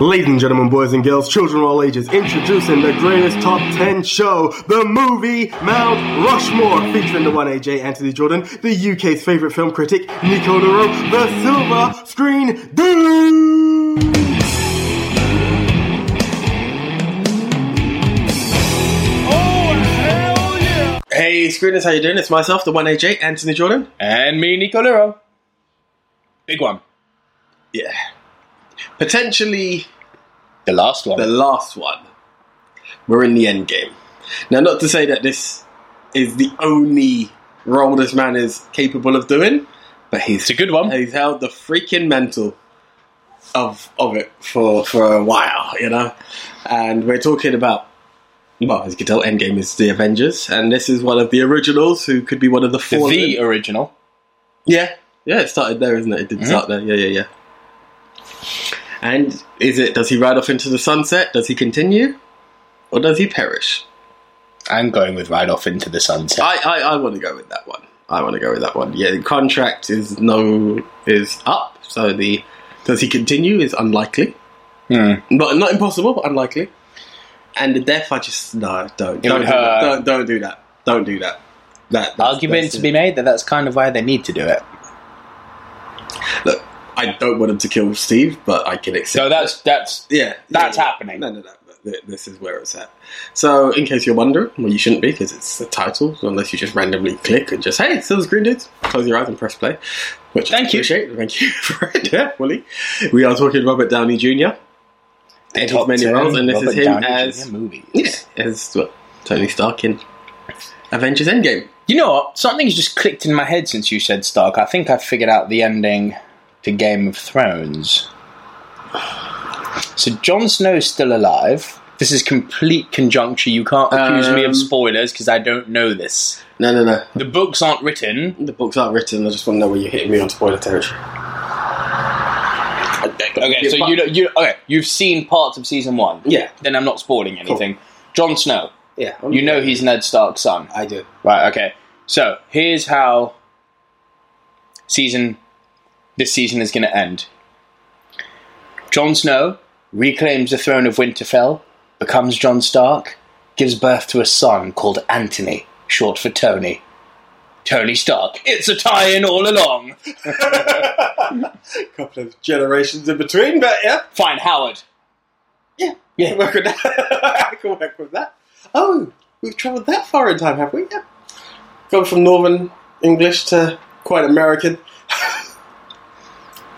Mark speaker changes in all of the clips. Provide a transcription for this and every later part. Speaker 1: Ladies and gentlemen, boys and girls, children of all ages, introducing the greatest top 10 show, the movie Mount Rushmore, featuring the one AJ Anthony Jordan, the UK's favourite film critic, Nico Leroux, the Silver Screen Dude! Hey, screeners, how you doing? It's myself, the one AJ, Anthony Jordan.
Speaker 2: And me, Nico Lero. Big one.
Speaker 1: Yeah. Potentially
Speaker 2: The last one.
Speaker 1: the last one. We're in the end game. Now, not to say that this is the only role this man is capable of doing, but he's
Speaker 2: it's a good one.
Speaker 1: he's held the freaking mantle of of it for for a while, you know. And we're talking about well, as you can tell, Endgame is the Avengers, and this is one of the originals who could be one of the
Speaker 2: The
Speaker 1: four.
Speaker 2: original.
Speaker 1: Yeah, yeah, it started there, isn't it? It did start there. Yeah, yeah, yeah. And is it? Does he ride off into the sunset? Does he continue, or does he perish?
Speaker 2: I'm going with Ride Off into the Sunset.
Speaker 1: I, I, I want to go with that one. I want to go with that one. Yeah, the contract is no is up, so the does he continue is unlikely,
Speaker 2: Hmm.
Speaker 1: not not impossible, but unlikely. And the death, I just no, don't
Speaker 2: It
Speaker 1: don't
Speaker 2: would
Speaker 1: do,
Speaker 2: hurt.
Speaker 1: that. don't don't do that. Don't do that. That that's-
Speaker 2: Argument
Speaker 1: that's
Speaker 2: to
Speaker 1: it.
Speaker 2: be made that that's kind of why they need to do it.
Speaker 1: Look, I don't want him to kill Steve, but I can accept.
Speaker 2: So that's that's
Speaker 1: Yeah,
Speaker 2: That's
Speaker 1: yeah, yeah.
Speaker 2: happening.
Speaker 1: No, no, no. but th- This is where it's at. So, in case you're wondering, well, you shouldn't be because it's the title, so unless you just randomly click and just, hey, Silver Screen Dudes, close your eyes and press play. Which
Speaker 2: Thank you.
Speaker 1: I appreciate. Thank you for it, yeah, Wooly. We are talking Robert Downey Jr.
Speaker 2: the
Speaker 1: and his
Speaker 2: top
Speaker 1: many
Speaker 2: 10
Speaker 1: roles, and this
Speaker 2: Robert
Speaker 1: is him
Speaker 2: Downey
Speaker 1: as,
Speaker 2: Jr. movies.
Speaker 1: yeah, as well, Tony Stark in Avengers Endgame.
Speaker 2: You know what? Something's just clicked in my head since you said Stark. I think I figured out the ending to Game of Thrones. So Jon Snow's still alive. This is complete conjuncture. You can't accuse me
Speaker 1: Um,
Speaker 2: of spoilers because I don't know this.
Speaker 1: No, no, no.
Speaker 2: The books aren't written.
Speaker 1: The books aren't written. I just want to know where you're hitting me on spoiler territory.
Speaker 2: Okay, so you know, you okay, you've seen parts of season one.
Speaker 1: Yeah.
Speaker 2: Then I'm not spoiling anything. Jon Snow.
Speaker 1: Yeah.
Speaker 2: You know he's Ned Stark's son.
Speaker 1: I do.
Speaker 2: Right, okay. So here's how season this season is gonna end. Jon Snow reclaims the throne of Winterfell, becomes Jon Stark, gives birth to a son called Anthony, short for Tony. Tony Stark. It's a tie-in all along.
Speaker 1: couple of generations in between, but yeah,
Speaker 2: Fine, Howard.
Speaker 1: yeah,
Speaker 2: Yeah.
Speaker 1: Can work with that. I can work with that. Oh, we've travelled that far in time, have we? Yeah, gone from Northern English to quite American.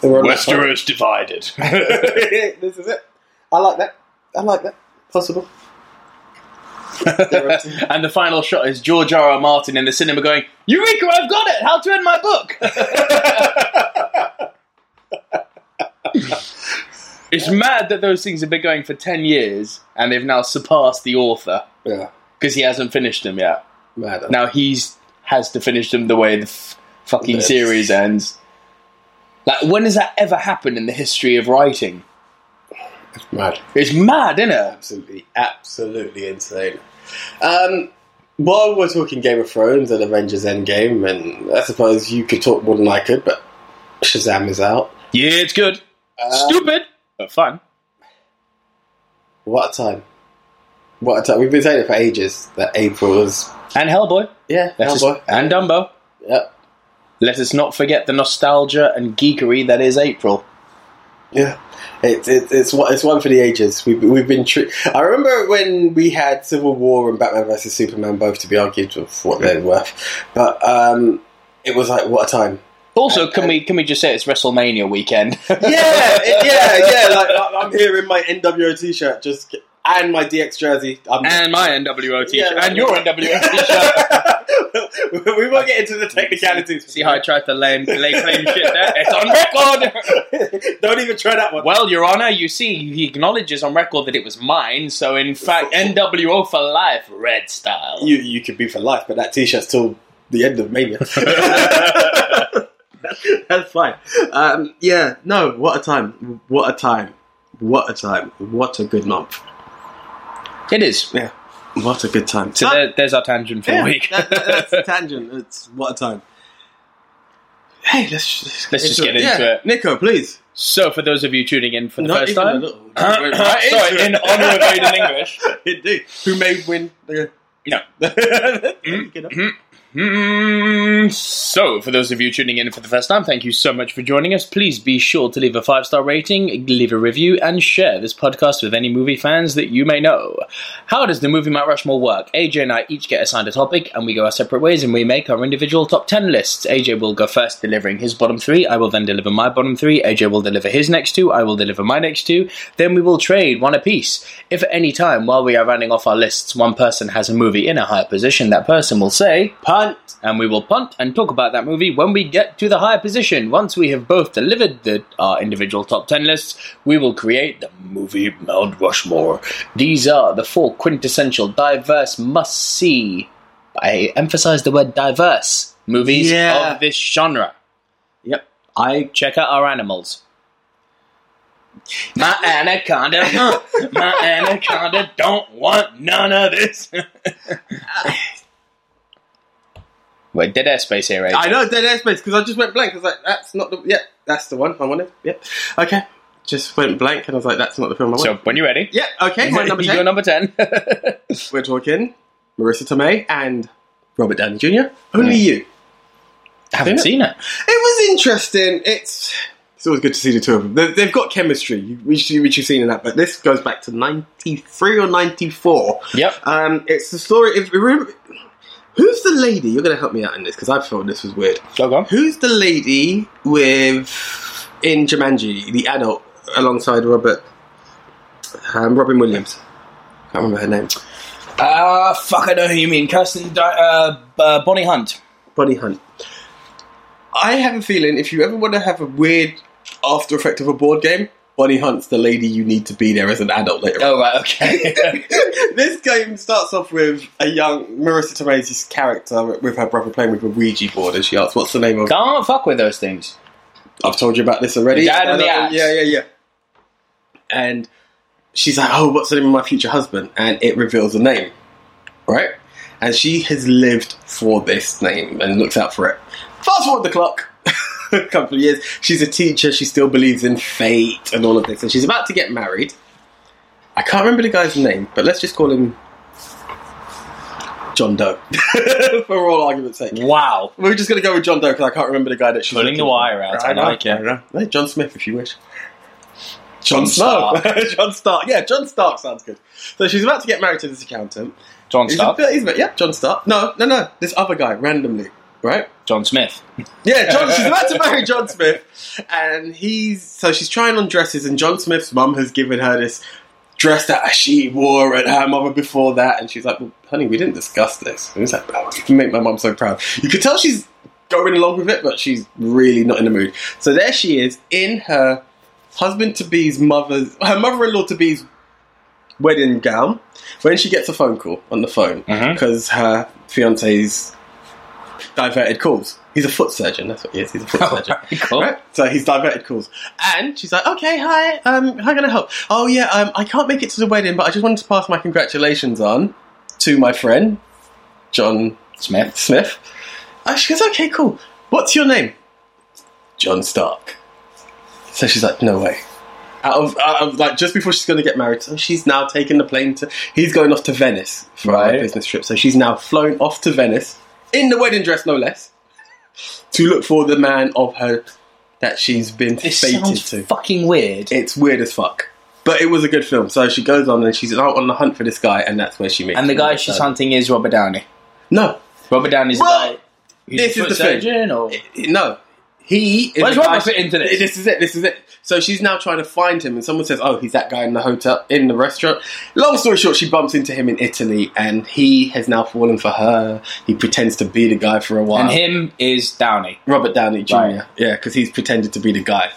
Speaker 1: They were on that side.
Speaker 2: divided.
Speaker 1: this is it. I like that. I like that. Possible.
Speaker 2: and the final shot is George R. R. Martin in the cinema going, Eureka, I've got it! How to end my book! it's mad that those things have been going for 10 years and they've now surpassed the author
Speaker 1: Yeah,
Speaker 2: because he hasn't finished them yet.
Speaker 1: mad.
Speaker 2: Now he's has to finish them the way the f- fucking
Speaker 1: Yes.
Speaker 2: series ends. Like, when has that ever happened in the history of writing?
Speaker 1: mad.
Speaker 2: It's mad, isn't it?
Speaker 1: absolutely, absolutely insane. Um, while we're talking Game of Thrones and Avengers Endgame, and I suppose you could talk more than I could, but Shazam is out.
Speaker 2: Yeah, it's good. Uh,
Speaker 1: Um,
Speaker 2: Stupid, but fun.
Speaker 1: What a time! What a time! We've been saying it for ages that April is
Speaker 2: And Hellboy.
Speaker 1: yeah,
Speaker 2: Let us-
Speaker 1: Hellboy.
Speaker 2: and Dumbo.
Speaker 1: Yep.
Speaker 2: Let us not forget the nostalgia and geekery that is April.
Speaker 1: Yeah, it's it's it's one it's one for the ages. We've we've been. Tr- I remember when we had Civil War and Batman versus Superman both to be argued with what they're worth, but um, it was like what a time.
Speaker 2: Also,
Speaker 1: And-
Speaker 2: can
Speaker 1: and-
Speaker 2: we can we just say it's WrestleMania weekend?
Speaker 1: yeah, it- yeah, yeah. Like I- I'm here in my NWO t-shirt, just and my DX jersey. I'm
Speaker 2: and my NWO t-shirt,
Speaker 1: Yeah, right.
Speaker 2: and your NWO t-shirt.
Speaker 1: we won't get into the technicalities.
Speaker 2: See how I tried to lay, lay claim shit there? It's on record.
Speaker 1: Don't even try that one.
Speaker 2: Well, Your Honor, you see, he acknowledges on record that it was mine. So, in fact, NWO for life, red style.
Speaker 1: You you could be for life, but that t-shirt's till the end of Mania. That's fine. Um, yeah, no, what a time. What a time. What a time. What a good month.
Speaker 2: it is.
Speaker 1: Yeah. What a good time.
Speaker 2: So there, there's our tangent for
Speaker 1: Yeah,
Speaker 2: the week.
Speaker 1: that- that- that's a tangent. It's what a time. Hey, let's
Speaker 2: Let's just get into it.
Speaker 1: Nico, please.
Speaker 2: So, for those of you tuning in for the
Speaker 1: Not
Speaker 2: first
Speaker 1: even a
Speaker 2: time,
Speaker 1: little. Right
Speaker 2: sorry,
Speaker 1: into
Speaker 2: in
Speaker 1: it.
Speaker 2: honor of Aiden English,
Speaker 1: Indeed. Who may win the.
Speaker 2: No. Mm-hmm.
Speaker 1: You know?
Speaker 2: Mm, so, for those of you tuning in for the first time, thank you so much for joining us. Please be sure to leave a five star rating, leave a review, and share this podcast with any movie fans that you may know. How does the movie Mount Rushmore work? AJ and I each get assigned a topic, and we go our separate ways and we make our individual top 10 lists. AJ will go first, delivering his bottom three. I will then deliver my bottom three. AJ will deliver his next two. I will deliver my next two. Then we will trade one apiece. If at any time while we are running off our lists, one person has a movie in a higher position, that person will say,
Speaker 1: Punt.
Speaker 2: and we will punt and talk about that movie when we get to the higher position. Once we have both delivered the, our individual top 10 lists, we will create the movie Mount Rushmore. These are the four quintessential diverse must see, I emphasize the word diverse, movies
Speaker 1: Yeah.
Speaker 2: of this genre. Yep. I check out our animals. My anaconda, huh? my anaconda don't want none of this. We're dead airspace here, right?
Speaker 1: I know dead airspace because I just went blank. I was like, that's not the. Yep, that's the one I wanted. Yep. Okay. Just went blank and I was like, that's not the film I
Speaker 2: So
Speaker 1: wanted.
Speaker 2: when you're ready,
Speaker 1: Yeah, okay, my number
Speaker 2: you're
Speaker 1: 10.
Speaker 2: number ten.
Speaker 1: We're talking Marissa Tomei and Robert Downey Jr. Only you.
Speaker 2: Haven't
Speaker 1: Yeah.
Speaker 2: seen it.
Speaker 1: It was interesting. It's it's always good to see the two of them. They- They've got chemistry, you- which, you- which you've seen in that. But this goes back to ninety three or ninety four.
Speaker 2: Yep.
Speaker 1: Um, it's the story. If, remember, who's the lady? You're going to help me out in this because I thought this was weird.
Speaker 2: Log on.
Speaker 1: Who's the lady with in Jumanji, the adult alongside Robert um, Robin Williams? I can't remember her name.
Speaker 2: Ah, fuck! I know who you mean. Kirsten, Di- uh, uh, Bonnie Hunt.
Speaker 1: Bonnie Hunt. I have a feeling if you ever want to have a weird after effect of a board game, Bonnie Hunt's the lady you need to be there as an adult later. on.
Speaker 2: Oh right, okay.
Speaker 1: this game starts off with a young Marissa Tomei's character with her brother playing with a Ouija board, and she asks, "What's the name of?"
Speaker 2: Can't fuck with those things.
Speaker 1: I've told you about this already. Uh,
Speaker 2: Dad and the axe.
Speaker 1: Yeah, yeah, yeah. And she's like, "Oh, what's the name of my future husband?" And it reveals the name, right? And she has lived for this name and looks out for it. Fast forward the clock. A couple of years. She's a teacher. She still believes in fate and all of this. And she's about to get married. I can't remember the guy's name, but let's just call him John Doe for all argument's sake.
Speaker 2: Wow.
Speaker 1: We're just going to go with John Doe because I can't remember the guy that she's
Speaker 2: Pulling
Speaker 1: looking
Speaker 2: the
Speaker 1: for.
Speaker 2: wire out, I
Speaker 1: know,
Speaker 2: like it.
Speaker 1: know. No, John Smith, if you wish.
Speaker 2: John
Speaker 1: John Stark. John Stark. Yeah, John Stark sounds good. So she's about to get married to this accountant.
Speaker 2: John
Speaker 1: He's
Speaker 2: Stark.
Speaker 1: A, he's a, yeah, John Stark. No, no, no. This other guy, randomly, right?
Speaker 2: John Smith.
Speaker 1: Yeah, John, she's about to marry John Smith, and he's so she's trying on dresses, and John Smith's mum has given her this dress that she wore at her mother before that, and she's like, "Well, honey, we didn't discuss this." And he's like, oh, "You make my mum so proud." You could tell she's going along with it, but she's really not in the mood. So there she is in her husband to be's mother's, her mother-in-law to be's wedding gown when she gets a phone call on the phone
Speaker 2: Mhm.
Speaker 1: because her fiance's diverted calls. He's a foot surgeon. That's what he is. He's a foot surgeon.
Speaker 2: cool.
Speaker 1: Right? So he's diverted calls, and she's like, "Okay, hi. Um, how can I help? Oh yeah, um, I can't make it to the wedding, but I just wanted to pass my congratulations on to my friend John
Speaker 2: Smith.
Speaker 1: Smith." And she goes, "Okay, cool. What's your name?" John Stark. So she's like, "No way." Out of, out of like just before she's going to get married, so she's now taking the plane to. He's going off to Venice for
Speaker 2: Right.
Speaker 1: a business trip, so she's now flown off to Venice in the wedding dress, no less, to look for the man of her that she's been
Speaker 2: This
Speaker 1: fated
Speaker 2: sounds
Speaker 1: to.
Speaker 2: fucking weird.
Speaker 1: it's weird as fuck, but it was a good film. So she goes on and she's out on the hunt for this guy, and that's where she meets.
Speaker 2: and the
Speaker 1: him.
Speaker 2: guy she's hunting is Robert Downey.
Speaker 1: No,
Speaker 2: Robert Downey's
Speaker 1: Well,
Speaker 2: the guy. who's a
Speaker 1: this is
Speaker 2: foot
Speaker 1: the thing.
Speaker 2: surgeon Or
Speaker 1: No. He is
Speaker 2: Where's
Speaker 1: the guy-
Speaker 2: Robert fit into this?
Speaker 1: This is it, this is it. So she's now trying to find him and someone says, Oh, he's that guy in the hotel in the restaurant. Long story short, she bumps into him in Italy and he has now fallen for her. He pretends to be the guy for a while.
Speaker 2: and him is Downey.
Speaker 1: Robert Downey Jr.
Speaker 2: Right.
Speaker 1: Yeah, because he's pretended to be the guy.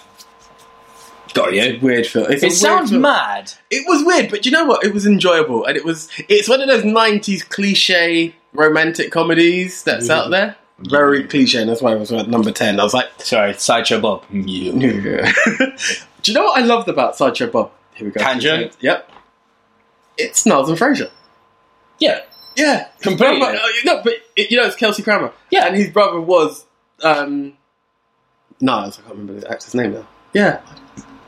Speaker 1: Got you. It's a weird film. It's a
Speaker 2: It
Speaker 1: weird
Speaker 2: sounds
Speaker 1: film.
Speaker 2: mad.
Speaker 1: It was weird, but you know what? It was enjoyable, and it was. It's one of those '90s cliche romantic comedies that's
Speaker 2: Mm-hmm.
Speaker 1: out there. Very cliche, and that's why it was at number ten. I was like,
Speaker 2: Sorry, Sideshow Bob.
Speaker 1: Do you know what I loved about Sideshow Bob? Here we go.
Speaker 2: Tangent?
Speaker 1: Yep. It's Niles and Fraser.
Speaker 2: Yeah.
Speaker 1: Yeah,
Speaker 2: Completely.
Speaker 1: His brother- uh, no, but it, you know it's Kelsey Grammer.
Speaker 2: Yeah.
Speaker 1: and his brother was um, Niles. I can't remember the actor's name now. Yeah.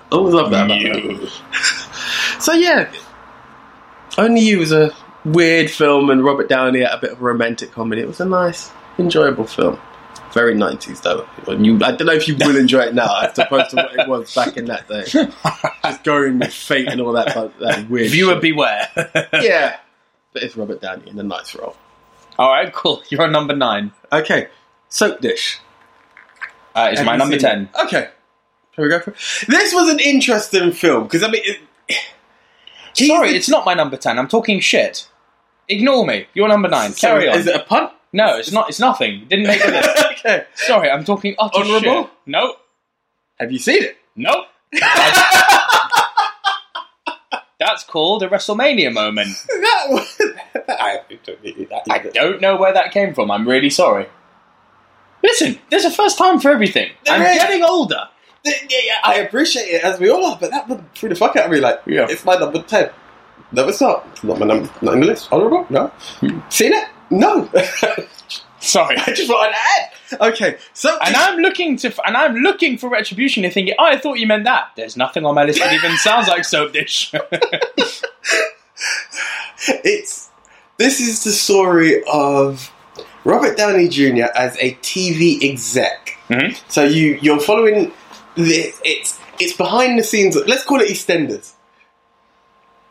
Speaker 1: I always love that about that. So yeah, Only You was a weird film, and Robert Downey had a bit of a romantic comedy. It was a nice, enjoyable film. Very nineties though. You, I don't know if you will enjoy it now, as opposed to what it was back in that day. Just going with fate and all that, like, that weird.
Speaker 2: Viewer
Speaker 1: shit.
Speaker 2: beware.
Speaker 1: yeah, but it's Robert Downey in a nice role.
Speaker 2: All right, cool. You're on number nine.
Speaker 1: Okay, soap dish.
Speaker 2: Uh, it's
Speaker 1: Have
Speaker 2: my
Speaker 1: you
Speaker 2: number
Speaker 1: seen
Speaker 2: ten.
Speaker 1: it? Okay, here we go. For it. This was an interesting film because I mean, it,
Speaker 2: Sorry, it's not my number ten. I'm talking shit. Ignore me. You're number nine. Carry on.
Speaker 1: Is it a punt?
Speaker 2: no, it's not. It's nothing. Didn't make the list.
Speaker 1: okay.
Speaker 2: Sorry, I'm talking utter
Speaker 1: Honourable?
Speaker 2: shit. Nope.
Speaker 1: Have you seen it?
Speaker 2: Nope. That's called a WrestleMania moment.
Speaker 1: that was, I, that,
Speaker 2: I don't know where that came from. I'm really sorry. Listen, there's a first time for everything. I'm
Speaker 1: There is.
Speaker 2: getting older.
Speaker 1: yeah, yeah, I appreciate it as we all are, but that would threw the fuck out of me. Like,
Speaker 2: Yeah.
Speaker 1: it's my number ten. No, it's not. It's not my number. Not in the list. Honorable? No. Seen it? No.
Speaker 2: Sorry.
Speaker 1: I just want to add. Okay, so
Speaker 2: And I'm looking to, and I'm looking for retribution and thinking, oh, I thought you meant that. There's nothing on my list that even sounds like soap dish.
Speaker 1: it's this is the story of Robert Downey Jr. as a TV exec.
Speaker 2: Mhm.
Speaker 1: So you you're following the it's it's behind the scenes. Let's call it EastEnders.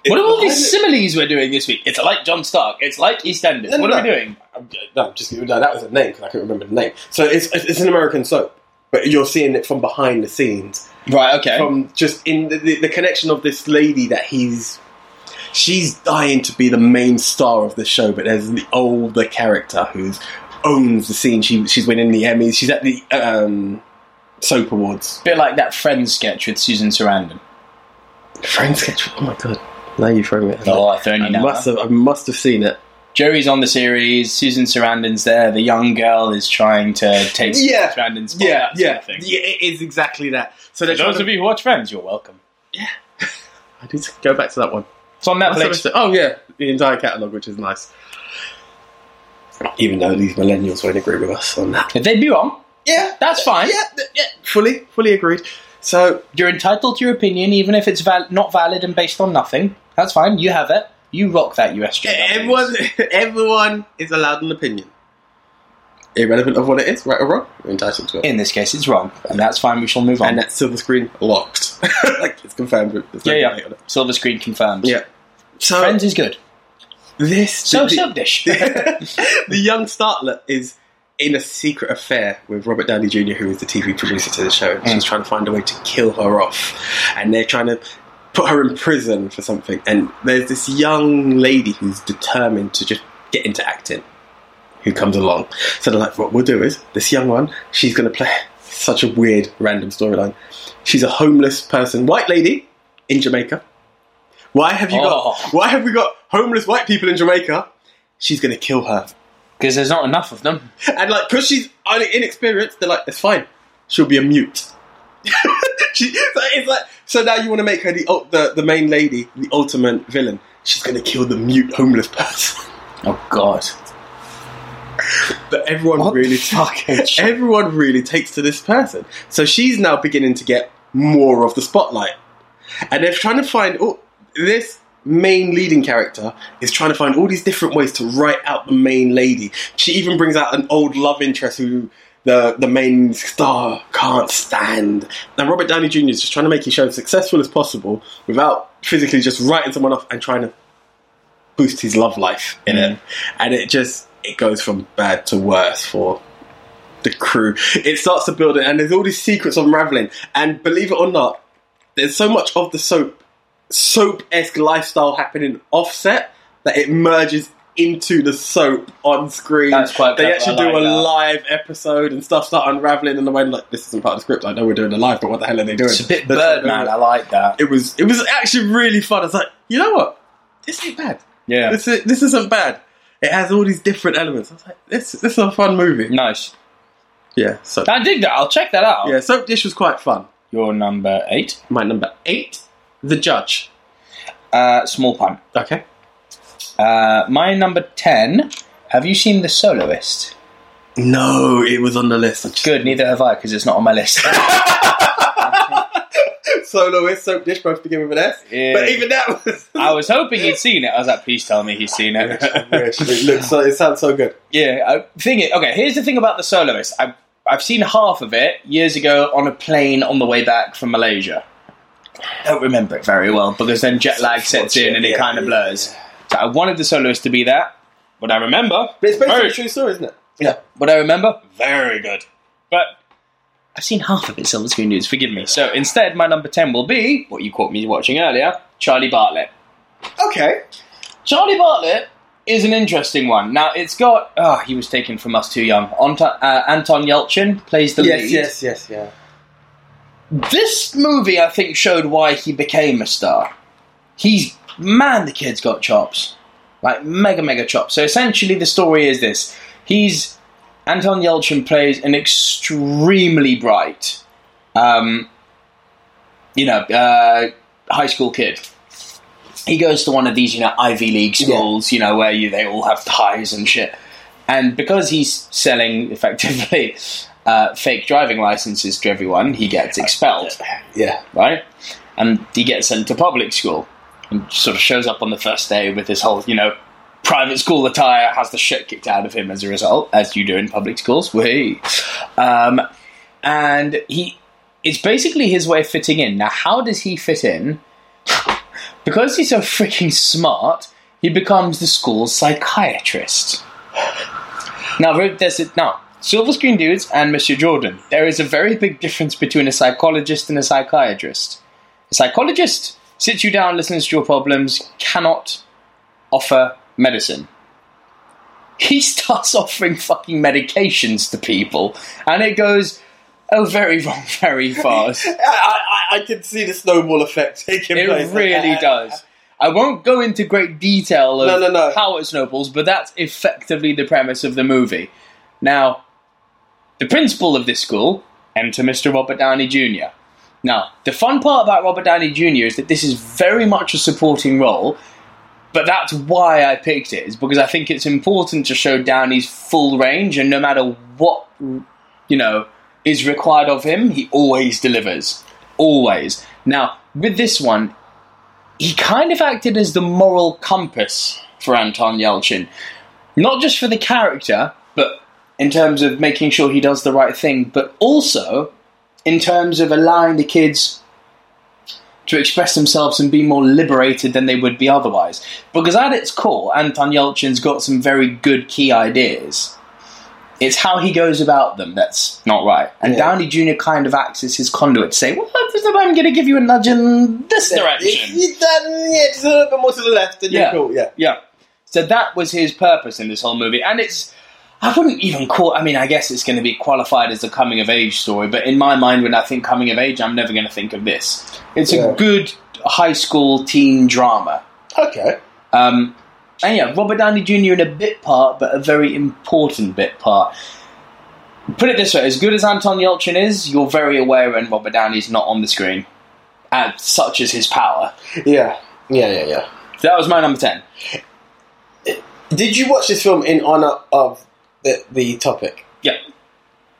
Speaker 2: what are all
Speaker 1: It's
Speaker 2: these similes we're doing this week? It's like John Stark. It's like EastEnders.
Speaker 1: No, no,
Speaker 2: what are we
Speaker 1: no.
Speaker 2: doing?
Speaker 1: I'm, no, I'm just no, that was a name because I couldn't remember the name. So it's it's it's an American soap, but you're seeing it from behind the scenes,
Speaker 2: Right. Okay.
Speaker 1: from just in the, the, the connection of this lady that he's. She's dying to be the main star of the show, but there's the older character who owns the scene. She she's winning the Emmys. She's at the um, soap awards.
Speaker 2: bit like that Friends sketch with Susan Sarandon.
Speaker 1: Friends sketch. Oh my god! Now you throw me.
Speaker 2: Oh, I've thrown you
Speaker 1: I
Speaker 2: now.
Speaker 1: must have. I must have seen it.
Speaker 2: Joey's on the series. Susan Sarandon's there. The young girl is trying to take
Speaker 1: Yeah.
Speaker 2: Susan Sarandon's spot.
Speaker 1: Yeah,
Speaker 2: that
Speaker 1: yeah,
Speaker 2: Sort of thing.
Speaker 1: yeah. It is exactly that. So
Speaker 2: For
Speaker 1: they're
Speaker 2: those
Speaker 1: trying
Speaker 2: of
Speaker 1: to,
Speaker 2: you who watch Friends, you're welcome.
Speaker 1: I need to go back to that one.
Speaker 2: It's on Netflix.
Speaker 1: Oh yeah, the entire catalogue, which is nice. Even though these millennials won't agree with us on that.
Speaker 2: If they'd be wrong,
Speaker 1: Yeah,
Speaker 2: that's fine.
Speaker 1: yeah, th- yeah. Fully, fully agreed. So
Speaker 2: You're entitled to your opinion, even if it's val- not valid and based on nothing. That's fine. You have it. You rock that USJ.
Speaker 1: everyone, everyone is allowed an opinion, irrelevant of what it is, right or wrong. We're entitled to it,
Speaker 2: In this case, it's wrong, and that's fine. We shall move on.
Speaker 1: and that's silver screen locked. like it's confirmed. with- There's no
Speaker 2: yeah, yeah.
Speaker 1: debate on it.
Speaker 2: Silver screen confirmed.
Speaker 1: yeah. So
Speaker 2: Friends is good.
Speaker 1: this
Speaker 2: So
Speaker 1: the-
Speaker 2: sub dish.
Speaker 1: the young startlet is in a secret affair with Robert Downey Jr., who is the TV producer to the show. She's trying to find a way to kill her off, and they're trying to put her in prison for something. And there's this young lady who's determined to just get into acting, who comes along. So they're like, "What we'll do is this young one, she's going to play such a weird, random storyline. She's a homeless person, white lady in Jamaica." Why have you
Speaker 2: Oh.
Speaker 1: got? Why have we got homeless white people in Jamaica? she's gonna kill her.
Speaker 2: Because there's not enough of them.
Speaker 1: And like, because she's un- inexperienced, they're like, it's fine. She'll be a mute. she, so it's like, so now you want to make her the, ul- the the main lady, the ultimate villain. She's gonna kill the mute homeless person.
Speaker 2: Oh God.
Speaker 1: But everyone
Speaker 2: What
Speaker 1: really,
Speaker 2: the fuck is she-
Speaker 1: everyone really takes to this person. So she's now beginning to get more of the spotlight, and they're trying to find all this main leading character is trying to find all these different ways to write out the main lady. She even brings out an old love interest who the the main star can't stand. And Robert Downey Jr. is just trying to make his show as successful as possible without physically just writing someone off and trying to boost his love life in it. And it just it goes from bad to worse for the crew. It starts to build it and there's all these secrets unraveling. And believe it or not, there's so much of the soap soap esque lifestyle happening offset that it merges into the soap on screen.
Speaker 2: That's quite
Speaker 1: They
Speaker 2: clever, I
Speaker 1: actually do
Speaker 2: like
Speaker 1: a
Speaker 2: that.
Speaker 1: live episode and stuff start unraveling and the way like this isn't part of the script. I know we're doing a live, but what the hell are they doing?
Speaker 2: It's a bit
Speaker 1: That's-
Speaker 2: Birdman. I like that.
Speaker 1: It was it was actually really fun. I was like, you know what? This ain't bad.
Speaker 2: Yeah.
Speaker 1: This is, this isn't bad. It has all these different elements. I was like, this this is a fun movie.
Speaker 2: Nice.
Speaker 1: Yeah. So
Speaker 2: I dig that. I'll check that out.
Speaker 1: yeah, Soap Dish was quite fun.
Speaker 2: Your number eight,
Speaker 1: My number eight, The Judge.
Speaker 2: uh, Small Pun.
Speaker 1: Okay.
Speaker 2: Uh, my number ten. Have you seen The Soloist?
Speaker 1: No, it was on the list. I just-
Speaker 2: Good. Neither have I because it's not on my list.
Speaker 1: soloist, soap dish, both begin with an S.
Speaker 2: Yeah.
Speaker 1: But even that was.
Speaker 2: I was hoping he'd seen it. I was like, please tell me he's seen it.
Speaker 1: it looks so, it sounds so good.
Speaker 2: yeah. I, thing is, okay. Here's the thing about the soloist. I, I've seen half of it years ago on a plane on the way back from Malaysia. Don't remember it very well because then jet lag sets in and it
Speaker 1: Yeah,
Speaker 2: kind of
Speaker 1: yeah,
Speaker 2: blurs. So I wanted the soloist to be that, but I remember.
Speaker 1: But it's based on
Speaker 2: very-
Speaker 1: a true story, isn't it?
Speaker 2: Yeah, but I remember very good. But I've seen half of it, Silver Screen News. Forgive me. So instead, my number ten will be what you caught me watching earlier, Charlie Bartlett.
Speaker 1: Okay.
Speaker 2: Charlie Bartlett is an interesting one. Now it's got oh, he was taken from us too young. Ant- uh, Anton Yelchin plays the lead.
Speaker 1: yes, yeah.
Speaker 2: This movie, I think, showed why he became a star. He's man, the kid's got chops, like mega mega chops. So essentially, the story is this: he's Anton Yelchin plays an extremely bright, um, you know, uh, high school kid. He goes to one of these, you know, Ivy League schools, you know, where you they all have ties and shit. And because he's selling effectively uh, fake driving licenses to everyone, he gets expelled,
Speaker 1: Yeah.
Speaker 2: right? And he gets sent to public school and sort of shows up on the first day with this whole, you know, private school attire, has the shit kicked out of him as a result, as you do in public schools. Whee! Um, and he, it's basically his way of fitting in. Now, how does he fit in? Because he's so freaking smart, he becomes the school's psychiatrist. Now, Ro- there's it now. Silver Screen Dudes and Mr. Jordan. There is a very big difference between a psychologist and a psychiatrist. A psychologist sits you down, listens to your problems, cannot offer medicine. He starts offering fucking medications to people, and it goes, oh, very wrong, very fast.
Speaker 1: I, I, I can see the snowball effect taking place.
Speaker 2: It really
Speaker 1: Uh,
Speaker 2: does. I won't go into great detail of
Speaker 1: No, no, no.
Speaker 2: how it snowballs, but that's effectively the premise of the movie. Now, the principal of this school, enter Mr. Robert Downey Jr. Now, the fun part about Robert Downey Jr. is that this is very much a supporting role, but that's why I picked it, is because I think it's important to show Downey's full range, and no matter what, you know, is required of him, he always delivers. Always. Now, with this one, he kind of acted as the moral compass for Anton Yelchin. Not just for the character, but in terms of making sure he does the right thing, but also in terms of allowing the kids to express themselves and be more liberated than they would be otherwise. Because at its core, Anton Yelchin's got some very good key ideas. It's how he goes about them that's not right. And
Speaker 1: Yeah.
Speaker 2: Downey Jr. kind of acts as his conduit to say, well, I'm going to give you a nudge in this direction.
Speaker 1: If you done, yeah, just a little bit more to the left, and
Speaker 2: Yeah.
Speaker 1: you're cool. Yeah.
Speaker 2: Yeah. So that was his purpose in this whole movie. And it's. I wouldn't even call. I mean, I guess it's going to be qualified as a coming of age story, but in my mind, when I think coming of age, I'm never going to think of this. It's
Speaker 1: Yeah.
Speaker 2: a good high school teen drama.
Speaker 1: Okay.
Speaker 2: Um, and yeah, Robert Downey Jr. in a bit part, but a very important bit part. Put it this way: as good as Anton Yelchin is, you're very aware when Robert Downey's not on the screen, and such is his power.
Speaker 1: Yeah. Yeah, yeah, yeah.
Speaker 2: So that was my number ten.
Speaker 1: Did you watch this film in honor of the, the topic?
Speaker 2: Yeah.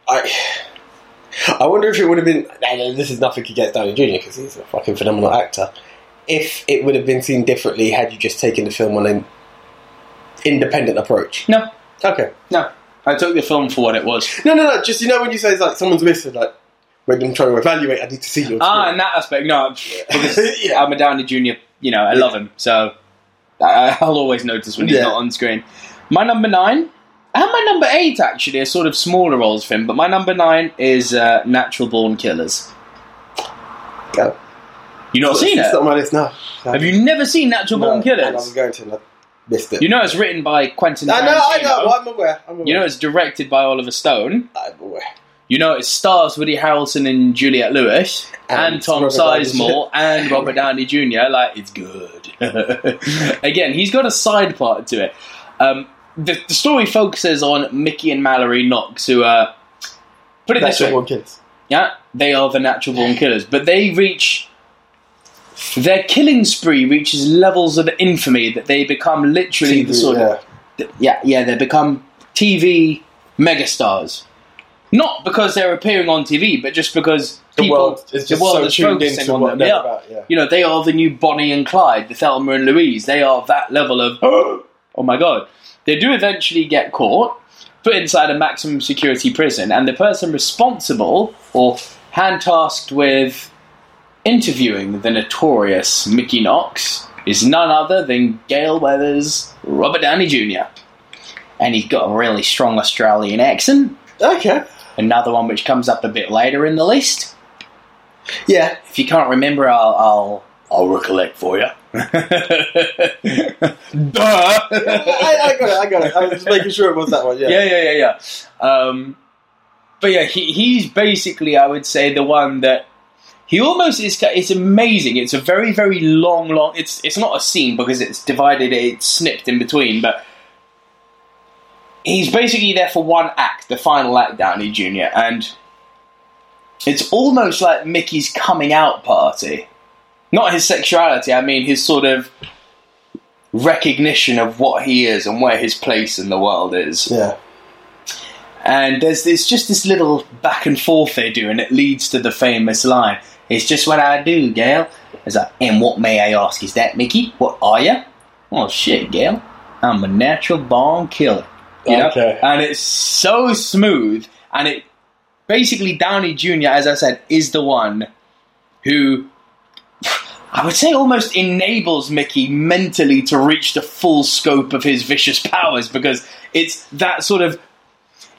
Speaker 1: I I wonder if it would have been. I know this is nothing against Downey Jr. because he's a fucking phenomenal actor. If it would have been seen differently had you just taken the film on an independent approach.
Speaker 2: No,
Speaker 1: Okay.
Speaker 2: No, I took the film for what it was.
Speaker 1: No, no, no. Just you know when you say like someone's missing, like when I'm trying to evaluate, I need to see your.
Speaker 2: Ah, in that aspect, no, because
Speaker 1: Yeah.
Speaker 2: I'm a Downey Jr. You know, I love him, so I- I'll always notice when he's
Speaker 1: Yeah.
Speaker 2: not on screen. My number nine and my number eight actually are sort of smaller roles for him, but my number nine is uh, Natural Born Killers.
Speaker 1: Go.
Speaker 2: You not seen
Speaker 1: it's
Speaker 2: it?
Speaker 1: not on my list now.
Speaker 2: Have you never seen Natural Born
Speaker 1: I was
Speaker 2: Killers?
Speaker 1: going to, and I missed it.
Speaker 2: You know it's written by Quentin
Speaker 1: I know, I know.
Speaker 2: Tarantino.
Speaker 1: Well, I'm aware. I'm aware.
Speaker 2: You know it's directed by Oliver Stone.
Speaker 1: I'm aware.
Speaker 2: You know it stars Woody Harrelson and Juliette Lewis and,
Speaker 1: And
Speaker 2: Tom
Speaker 1: Robert Downey
Speaker 2: Sizemore and Robert Downey Jr. Like it's good. Again, he's got a side part to it. Um, the, the story focuses on Mickey and Mallory Knox, who are put it
Speaker 1: That's
Speaker 2: this
Speaker 1: your
Speaker 2: way,
Speaker 1: one kids.
Speaker 2: yeah, they are the natural born killers, but they reach their killing spree reaches levels of infamy that they become literally the sort of
Speaker 1: yeah.
Speaker 2: yeah, yeah, they become TV megastars. Not because they're appearing on TV, but just because
Speaker 3: The
Speaker 2: people,
Speaker 3: world is just
Speaker 2: the world
Speaker 3: so
Speaker 2: is
Speaker 3: tuned
Speaker 2: focusing
Speaker 3: into
Speaker 2: on
Speaker 3: what
Speaker 2: them.
Speaker 3: they're
Speaker 2: Yeah.
Speaker 3: about. Yeah.
Speaker 2: You know, they are the new Bonnie and Clyde, the Thelma and Louise. They are that level of, oh my god. They do eventually get caught, put inside a maximum security prison, and the person responsible or hand tasked with interviewing the notorious Mickey Knox is none other than Gail Weathers Robert Downey Jr. And he's got a really strong Australian accent.
Speaker 3: Okay.
Speaker 2: Another one which comes up a bit later in the list.
Speaker 3: Yeah.
Speaker 2: If you can't remember, I'll I'll, I'll recollect for you. Duh.
Speaker 3: I, I got it. I got it. I was just making sure it was that one. Yeah.
Speaker 2: yeah, yeah, yeah, yeah. Um, but yeah, he, he's basically, I would say, the one that he almost is. It's amazing. It's a very, very long, long. It's it's not a scene because it's divided. It's snipped in between, but. He's basically there for one act, the final act, Downey Jr., and it's almost like Mickey's coming out party. Not his sexuality, I mean his sort of recognition of what he is and where his place in the world is
Speaker 3: Yeah.
Speaker 2: and there's there's just this little back and forth they do, and it leads to the famous line. It's just what I do, Gail. It's like, and what may I ask? Is that Mickey? What are you? Oh shit, Gail. I'm a natural born killer. You know?
Speaker 3: Okay.
Speaker 2: And it's so smooth, and it basically Downey Jr. as I said is the one who I would say almost enables Mickey mentally to reach the full scope of his vicious powers because it's that sort of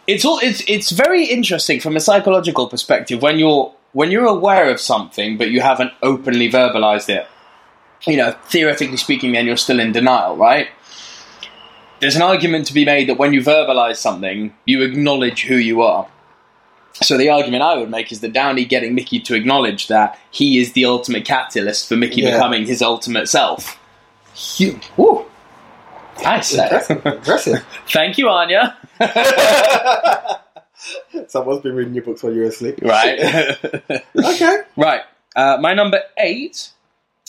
Speaker 2: it's all it's it's very interesting from a psychological perspective when you're when you're aware of something but you haven't openly verbalized it. You know, theoretically speaking, then you're still in denial, right? There's an argument to be made that when you verbalize something, you acknowledge who you are. So the argument I would make is that Downey getting Mickey to acknowledge that he is the ultimate catalyst for Mickey
Speaker 3: Yeah.
Speaker 2: becoming his ultimate self. Phew. Woo. Nice.
Speaker 3: Impressive. Impressive.
Speaker 2: Thank you, Anya.
Speaker 3: Someone's been reading your books while you were asleep.
Speaker 2: Right.
Speaker 3: Okay.
Speaker 2: Right. Uh, my number eight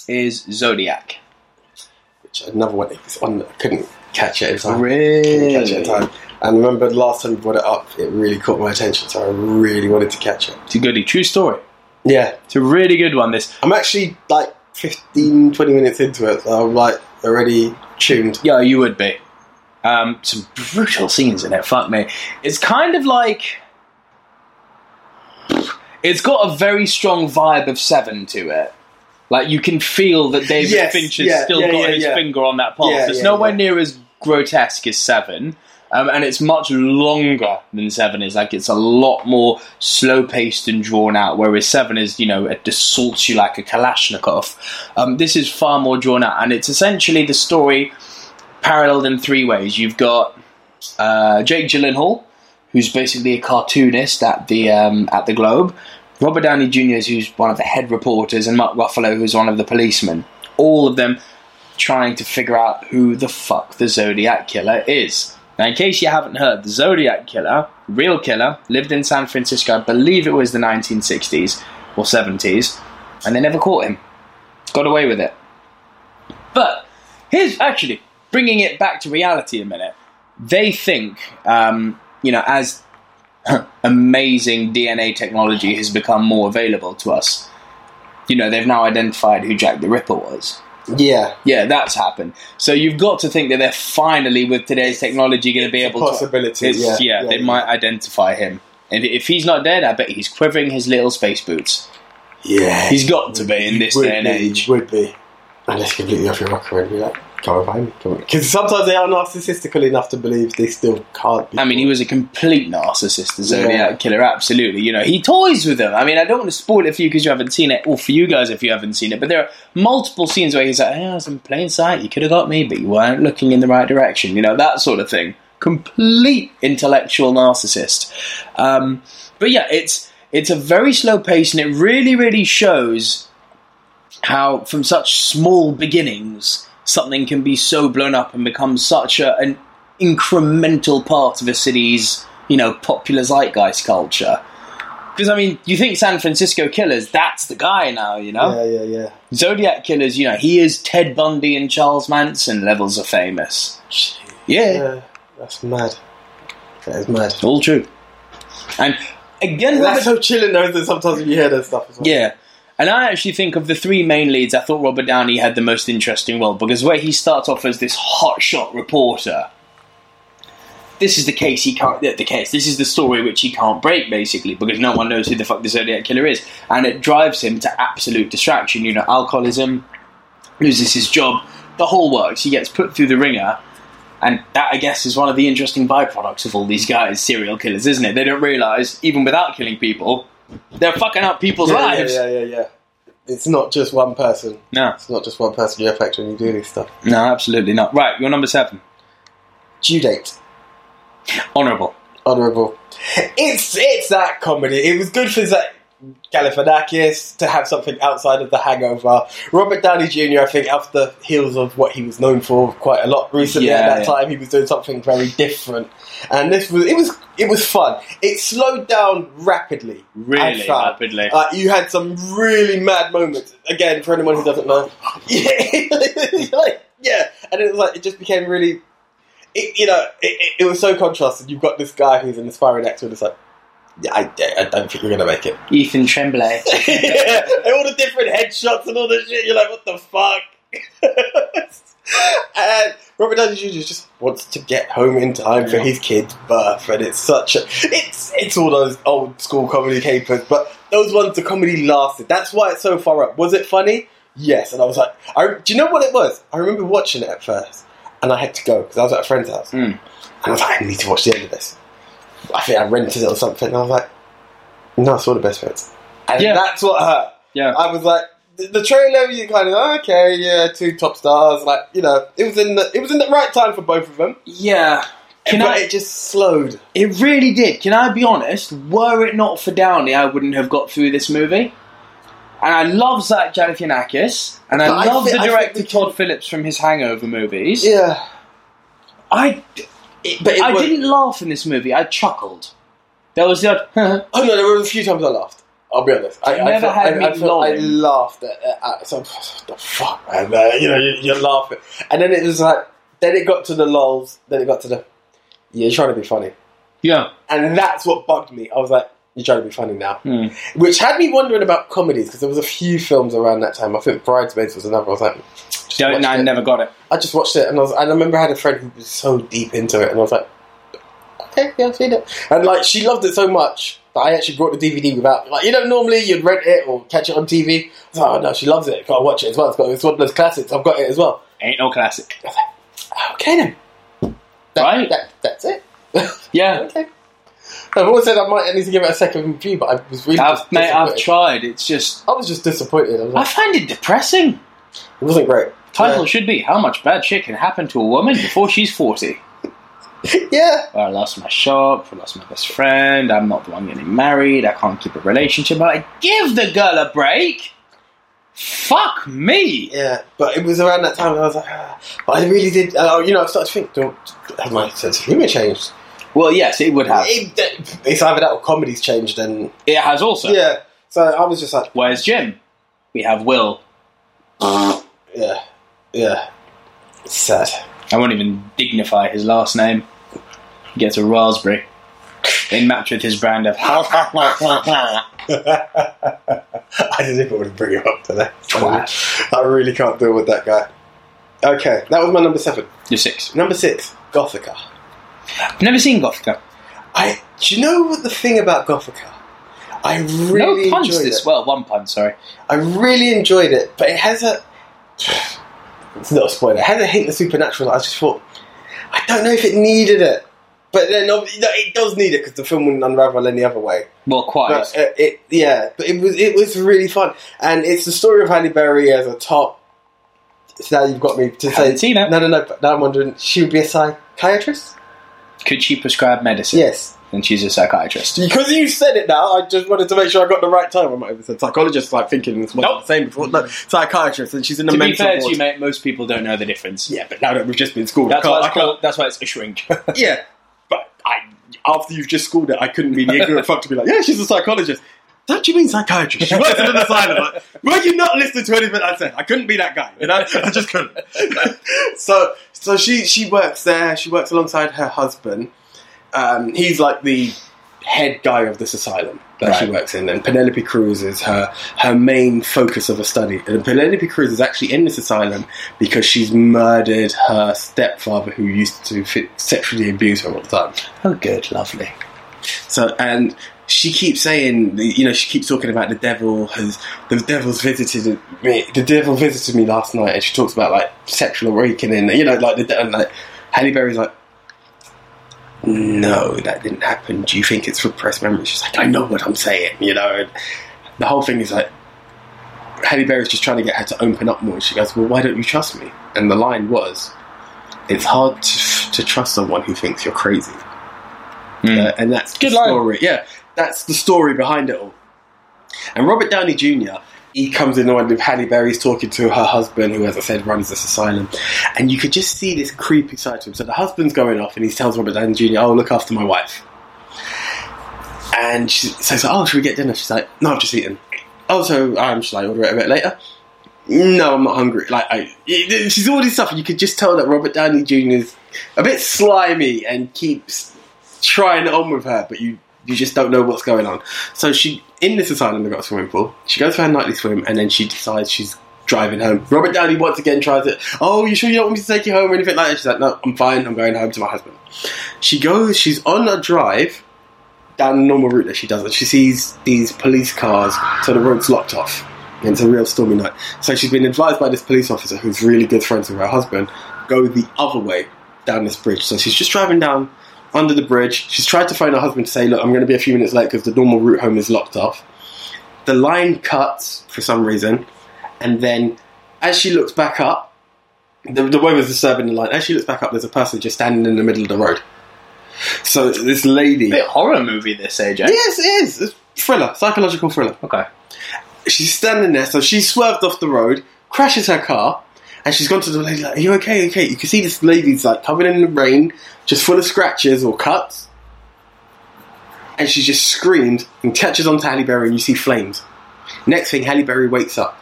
Speaker 2: is Zodiac.
Speaker 3: Which another one. It's on. I couldn't catch it in time. Couldn't
Speaker 2: Really?
Speaker 3: Catch it in time. And I remember the last time you brought it up, it really caught my attention, so I really wanted to catch it.
Speaker 2: It's a goodie. True story.
Speaker 3: Yeah.
Speaker 2: It's a really good one. This.
Speaker 3: I'm actually like 15, 20 minutes into it, so I'm like already tuned.
Speaker 2: Yeah, you would be. Um, some brutal scenes in it. Fuck me. It's kind of like. It's got a very strong vibe of Seven to it. Like you can feel that David
Speaker 3: Yes,
Speaker 2: Finch has
Speaker 3: yeah,
Speaker 2: still
Speaker 3: yeah,
Speaker 2: got
Speaker 3: yeah,
Speaker 2: his
Speaker 3: yeah.
Speaker 2: finger on that pulse.
Speaker 3: Yeah,
Speaker 2: it's
Speaker 3: yeah,
Speaker 2: nowhere
Speaker 3: yeah.
Speaker 2: near as grotesque as Seven, um, and it's much longer than Seven is. Like it's a lot more slow paced and drawn out. Whereas Seven is, you know, it assaults you like a Kalashnikov. Um, this is far more drawn out, and it's essentially the story paralleled in three ways. You've got uh, Jake Gyllenhaal, who's basically a cartoonist at the um, at the Globe. Robert Downey Jr., is who's one of the head reporters, and Mark Ruffalo, who's one of the policemen. All of them trying to figure out who the fuck the Zodiac Killer is. Now, in case you haven't heard, the Zodiac Killer, real killer, lived in San Francisco, I believe it was the 1960s or 70s, and they never caught him. Got away with it. But here's actually bringing it back to reality a minute. They think, um, you know, as amazing DNA technology has become more available to us, you know, they've now identified who Jack the Ripper was.
Speaker 3: Yeah.
Speaker 2: Yeah, that's happened. So you've got to think that they're finally, with today's technology, going to be able to.
Speaker 3: Possibility.
Speaker 2: It's-
Speaker 3: yeah.
Speaker 2: yeah, they might identify him. And if he's not dead, I bet he's quivering his little space boots.
Speaker 3: Yeah.
Speaker 2: He's got to be in this
Speaker 3: would
Speaker 2: day and
Speaker 3: be,
Speaker 2: age.
Speaker 3: Would be. Unless completely off your rocker and be like, come on, find me. Come on. Because sometimes they are narcissistical enough to believe they still can't be.
Speaker 2: I mean, he was a complete narcissist, the Zodiac
Speaker 3: Yeah.
Speaker 2: killer. Absolutely, you know, he toys with them. I mean, I don't want to spoil it for you because you haven't seen it, or for you guys if you haven't seen it. But there are multiple scenes where he's like, "Hey, I was in plain sight. You could have got me, but you weren't looking in the right direction." You know, that sort of thing. Complete intellectual narcissist. Um, but yeah, it's it's a very slow pace, and it really, really shows how from such small beginnings something can be so blown up and become such a, an incremental part of a city's you know popular zeitgeist culture because i mean you think san francisco killers that's the guy now you know
Speaker 3: Yeah, yeah, yeah.
Speaker 2: zodiac killers you know he is ted bundy and charles manson levels of famous yeah.
Speaker 3: Yeah. That's mad. That is mad.
Speaker 2: All true. And again, Robert
Speaker 1: That's so chilling though. That sometimes you hear that stuff as well.
Speaker 2: Yeah. And I actually think of the three main leads, I thought Robert Downey had the most interesting role because where he starts off as this hotshot reporter, this is the case he can't the case. This is the story which he can't break basically because no one knows who the fuck the Zodiac killer is, and it drives him to absolute distraction. You know, alcoholism, loses his job, the whole works. He gets put through the ringer, and that, I guess, is one of the interesting byproducts of all these guys, serial killers, isn't it? They don't realise, even without killing people, they're fucking up people's
Speaker 1: Yeah, yeah,
Speaker 2: lives.
Speaker 1: yeah, yeah, yeah. It's not just one person.
Speaker 2: No,
Speaker 1: It's not just one person you affect when you do this stuff.
Speaker 2: no, absolutely not. Right, you're number seven.
Speaker 1: Due date.
Speaker 2: Honourable.
Speaker 1: honourable. It's it's that comedy. It was good for Zach Galifianakis to have something outside of The Hangover. Robert Downey Jr. I think after the heels of what he was known for quite a lot recently
Speaker 2: Yeah,
Speaker 1: at that
Speaker 2: yeah.
Speaker 1: time, he was doing something very different. And this was it was it was fun. It slowed down rapidly.
Speaker 2: Really
Speaker 1: I found.
Speaker 2: rapidly.
Speaker 1: Uh, you had some really mad moments. Again, for anyone who doesn't know, yeah, like, yeah. and it was like it just became really. It, you know, it, it, it was so contrasted. You've got this guy who's an aspiring actor, and it's like, yeah, I, I don't think you're gonna make it.
Speaker 2: Ethan Tremblay.
Speaker 1: yeah, and all the different headshots and all the shit. You're like, what the fuck? and Robert Downey Jr. just wants to get home in time for
Speaker 2: Yeah.
Speaker 1: his kid's birth, and it's such a it's it's all those old school comedy capers, but those ones the comedy lasted. That's why it's so far up. Was it funny? Yes, and I was like, I, do you know what it was? I remember watching it at first, and I had to go because I was at a friend's house,
Speaker 2: Mm.
Speaker 1: and I was like, I need to watch the end of this. I think I rented it or something. And I was like, no, I saw the best bits, and
Speaker 2: Yeah.
Speaker 1: that's what hurt.
Speaker 2: yeah.
Speaker 1: I was like, the, the trailer, you kind of okay, yeah, two top stars, like you know, it was in the it was in the right time for both of them,
Speaker 2: Yeah. Can
Speaker 1: but
Speaker 2: I,
Speaker 1: it just slowed.
Speaker 2: It really did. Can I be honest? Were it not for Downey, I wouldn't have got through this movie. And I love Zach Galifianakis, and I
Speaker 1: But I
Speaker 2: love
Speaker 1: thi-
Speaker 2: the
Speaker 1: I think
Speaker 2: director
Speaker 1: we can-
Speaker 2: Todd Phillips from his Hangover movies.
Speaker 1: Yeah,
Speaker 2: I,
Speaker 1: but it
Speaker 2: I
Speaker 1: was-
Speaker 2: didn't laugh in this movie. I chuckled. There was the odd,
Speaker 1: Oh no, there were a few times I laughed. I'll be honest. I,
Speaker 2: You
Speaker 1: I
Speaker 2: never
Speaker 1: felt-
Speaker 2: had
Speaker 1: I,
Speaker 2: me
Speaker 1: I, felt I
Speaker 2: lolling.
Speaker 1: laughed at, at, at some the fuck, man. uh, you know, you, you're laughing, and then it was like, then it got to the lols, then it got to the, yeah, you're trying to be funny,
Speaker 2: yeah,
Speaker 1: and that's what bugged me. I was like, you're trying to be funny now.
Speaker 2: Hmm.
Speaker 1: Which had me wondering about comedies because there was a few films around that time. I think Bridesmaids was another. I was like, just
Speaker 2: Don't,
Speaker 1: watched
Speaker 2: I
Speaker 1: it.
Speaker 2: never got it.
Speaker 1: I just watched it and I was. And I remember I had a friend who was so deep into it, and I was like, okay, yeah, I've seen it. And like she loved it so much that I actually brought the DVD without. Like you know, normally you'd rent it or catch it on TV. I was like, oh no, she loves it. Gotta watch it as well. It's, got, it's one of those classics. I've got it as well.
Speaker 2: Ain't no classic,
Speaker 1: Okay then. That,
Speaker 2: Right.
Speaker 1: That, that's it.
Speaker 2: yeah.
Speaker 1: okay. I've always said I might need to give it a second view, but I was really.
Speaker 2: I've, mate, I've
Speaker 1: disappointed.
Speaker 2: tried. It's just
Speaker 1: I was just disappointed. I was
Speaker 2: I
Speaker 1: like,
Speaker 2: find it depressing.
Speaker 1: it wasn't great.
Speaker 2: Title should be "How much bad shit can happen to a woman before she's 40.
Speaker 1: Yeah.
Speaker 2: I lost my shop, I lost my best friend, I'm not the one getting married, I can't keep a relationship. I give the girl a break. Fuck me.
Speaker 1: Yeah, but it was around that time when I was like, ah. but I really did. Uh, you know, I started to think, do have my sense of humour changed?
Speaker 2: Well, yes, it would have.
Speaker 1: It- that- it's either that or comedy's changed, and
Speaker 2: It has also.
Speaker 1: yeah. So I was just like,
Speaker 2: Where's Jim? We have Will.
Speaker 1: yeah, yeah, it's sad.
Speaker 2: I won't even dignify his last name. He gets a raspberry. They match with his brand of.
Speaker 1: I didn't even want to bring it up today. I really can't deal with that guy. Okay, that was my number seven.
Speaker 2: You're six.
Speaker 1: Number six, Gothica.
Speaker 2: I've never seen Gothica.
Speaker 1: I do you know what the thing about Gothica? I really
Speaker 2: no puns
Speaker 1: enjoyed
Speaker 2: this.
Speaker 1: it.
Speaker 2: Well, one pun, sorry.
Speaker 1: I really enjoyed it, but it has a. It's not a spoiler. It has a hint of supernatural. that I just thought, I don't know if it needed it, but then ob- no, it does need it because the film wouldn't unravel any other way.
Speaker 2: Well, quite.
Speaker 1: But uh, it, yeah, but it was it was really fun, and it's the story of Halle Berry as a top. So now you've got me to say
Speaker 2: Haven't seen it.
Speaker 1: no, no, no. But now I'm wondering, she would be a psychiatrist?
Speaker 2: Could she prescribe medicine?
Speaker 1: Yes,
Speaker 2: And she's a psychiatrist.
Speaker 1: because you said it now, I just wanted to make sure I got the right time. I might have said psychologist, like thinking this wasn't
Speaker 2: Nope.
Speaker 1: the same before. No, psychiatrist, and she's in the
Speaker 2: To be
Speaker 1: mental
Speaker 2: fair to
Speaker 1: ward.
Speaker 2: you, mate, most people don't know the difference.
Speaker 1: Yeah, but now that we've just been schooled,
Speaker 2: That's
Speaker 1: I
Speaker 2: why,
Speaker 1: can't, I
Speaker 2: it's
Speaker 1: can't,
Speaker 2: called, that's why it's a shrink.
Speaker 1: yeah. But I, after you've just schooled it, I couldn't be the ignorant fuck to be like, yeah, she's a psychologist. Don't you mean psychiatrist? She works in an asylum. Like, were you not listening to anything I said? I couldn't be that guy. You know, I just couldn't. so, so she she works there. She works alongside her husband. Um, he's like the head guy of this asylum that she
Speaker 2: Right.
Speaker 1: works in, and Penelope Cruz is her her main focus of a study. And Penelope Cruz is actually in this asylum because she's murdered her stepfather, who used to fi- sexually abuse her all the time.
Speaker 2: Oh, good, lovely.
Speaker 1: So and she keeps saying, you know, she keeps talking about the devil has the devil's visited me. The devil visited me last night, and she talks about like sexual awakening. You know, like the de- and, like Halle Berry's like. No, that didn't happen. Do you think it's repressed memory? She's like, I know what I'm saying, you know. And the whole thing is like, Halle Berry's just trying to get her to open up more. She goes, Well, why don't you trust me? And the line was, It's hard to, to trust someone who thinks you're crazy.
Speaker 2: Mm.
Speaker 1: Uh, and that's
Speaker 2: Good
Speaker 1: the
Speaker 2: line.
Speaker 1: story. Yeah, that's the story behind it all. And Robert Downey Jr. He comes in when Halle Berry's talking to her husband, who, as I said, runs this asylum, and you could just see this creepy side to him. So the husband's going off, and he tells Robert Downey Jr., "Oh, look after my wife." And she says, "Oh, should we get dinner?" She's like, "No, I've just eaten." Oh, so um, should I order it a bit later? No, I'm not hungry. Like, I, she's all this stuff, and you could just tell that Robert Downey Jr. is a bit slimy and keeps trying it on with her, but you you just don't know what's going on. So she in this asylum they've got a swimming pool. She goes for her nightly swim and then she decides she's driving home. Robert Downey once again tries it. Oh, you sure you don't want me to take you home or anything like that? She's like, No, I'm fine, I'm going home to my husband. She goes she's on a drive down the normal route that she does and she sees these police cars so the road's locked off. And it's a real stormy night. So she's been advised by this police officer who's really good friends with her husband, go the other way down this bridge. So she's just driving down under the bridge. She's tried to phone her husband to say, "Look, I'm going to be a few minutes late because the normal route home is locked off." The line cuts for some reason, and then as she looks back up, the, the weather's disturbing the line. As she looks back up, there's a person just standing in the middle of the road. So this lady,
Speaker 2: bit horror movie this age, eh?
Speaker 1: yes, it is It's thriller, psychological thriller.
Speaker 2: Okay.
Speaker 1: She's standing there, so she swerved off the road, crashes her car, and she's gone to the lady like, "Are you okay? Okay." You can see this lady's like covered in the rain, just full of scratches or cuts, and she just screamed and catches on to Halle Berry, and you see flames. Next thing, Halle Berry wakes up.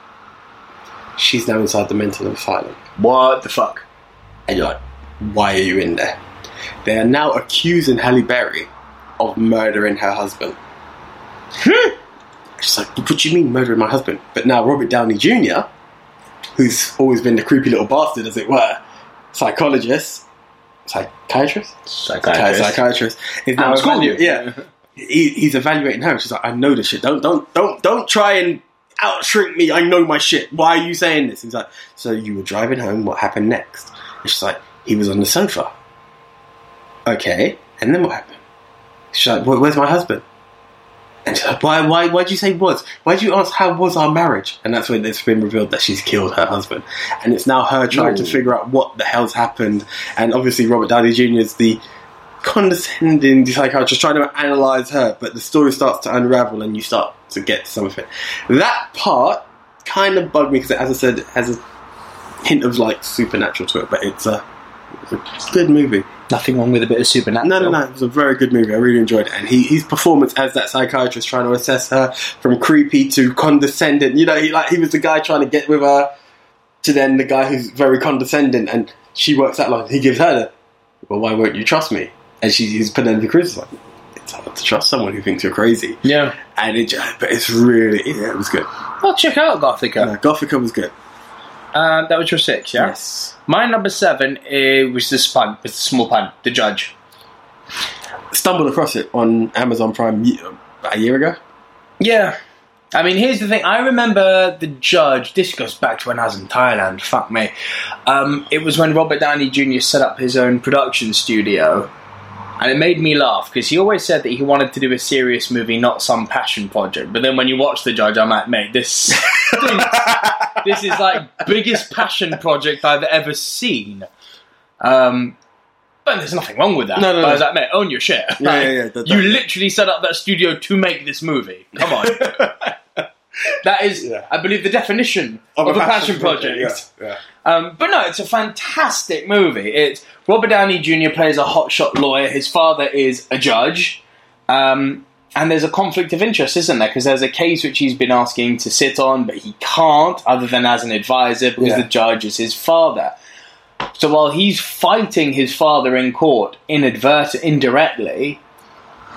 Speaker 1: She's now inside the mental asylum,
Speaker 2: What the fuck?
Speaker 1: and you're like, "Why are you in there?" They are now accusing Halle Berry of murdering her husband. She's like, what do you mean murdering my husband? But now Robert Downey Jr., who's always been the creepy little bastard, as it were, psychologist, psychiatrist,
Speaker 2: Psychiatrist.
Speaker 1: psychiatrist, is now
Speaker 2: Alex
Speaker 1: evalu-
Speaker 2: Goldman.
Speaker 1: yeah, he, he's evaluating her. She's like, I know this shit. Don't don't don't don't try and out shrink me. I know my shit. Why are you saying this? He's like, so you were driving home. What happened next? And she's like, he was on the sofa. Okay, and then what happened? She's like, "Where- where's my husband? And she's like, why, why, why'd you say was? Why'd you ask how was our marriage? And that's when it's been revealed that she's killed her husband. And it's now her trying to
Speaker 2: Ooh.
Speaker 1: figure out what the hell's happened. And obviously, Robert Downey Jr. is the condescending psychiatrist trying to analyze her, but the story starts to unravel and you start to get to some of it. That part kind of bugged me because, as I said, it has a hint of like supernatural to it, but it's a, it's a good movie.
Speaker 2: Nothing wrong with a bit of supernatural.
Speaker 1: No, no, no. It was a very good movie. I really enjoyed it. And he, his performance as that psychiatrist trying to assess her from creepy to condescending. You know, he like he was the guy trying to get with her to then the guy who's very condescending. And she works that line. He gives her the, well, why won't you trust me? And she, she's Penelope Cruz is like, it's hard to trust someone who thinks you're crazy.
Speaker 2: Yeah.
Speaker 1: And it, ju- but it's really, yeah, it was good.
Speaker 2: Well, check out Gothica.
Speaker 1: No, Gothica was good.
Speaker 2: Uh, that was your six, yeah?
Speaker 1: Yes.
Speaker 2: My number seven uh, was this pun, was the small pun, The Judge.
Speaker 1: Stumbled across it on Amazon Prime ye- uh, about a year ago.
Speaker 2: Yeah. I mean, here's the thing. I remember the judge. This goes back to when I was in Thailand. Fuck me. Um, it was when Robert Downey Jr. set up his own production studio, and it made me laugh because he always said that he wanted to do a serious movie, not some passion project. But then when you watch the judge, I'm like, mate, this stinks. this is like biggest passion project I've ever seen. Um, but there's nothing wrong with that.
Speaker 1: No, no,
Speaker 2: But I was
Speaker 1: no.
Speaker 2: like, mate, own your shit.
Speaker 1: Yeah,
Speaker 2: Like,
Speaker 1: yeah, yeah, that-
Speaker 2: you
Speaker 1: that-
Speaker 2: literally set up that studio to make this movie. Come on. That is,
Speaker 1: Yeah.
Speaker 2: I believe, the definition of, a passion, project.
Speaker 1: Yeah, yeah.
Speaker 2: Um, but no, it's a fantastic movie. It's Robert Downey Jr. plays a hotshot lawyer. His father is a judge, um, and there's a conflict of interest, isn't there? Because there's a case which he's been asking to sit on, but he can't, other than as an advisor, because
Speaker 1: Yeah.
Speaker 2: the judge is his father. So while he's fighting his father in court, inadvert, indirectly,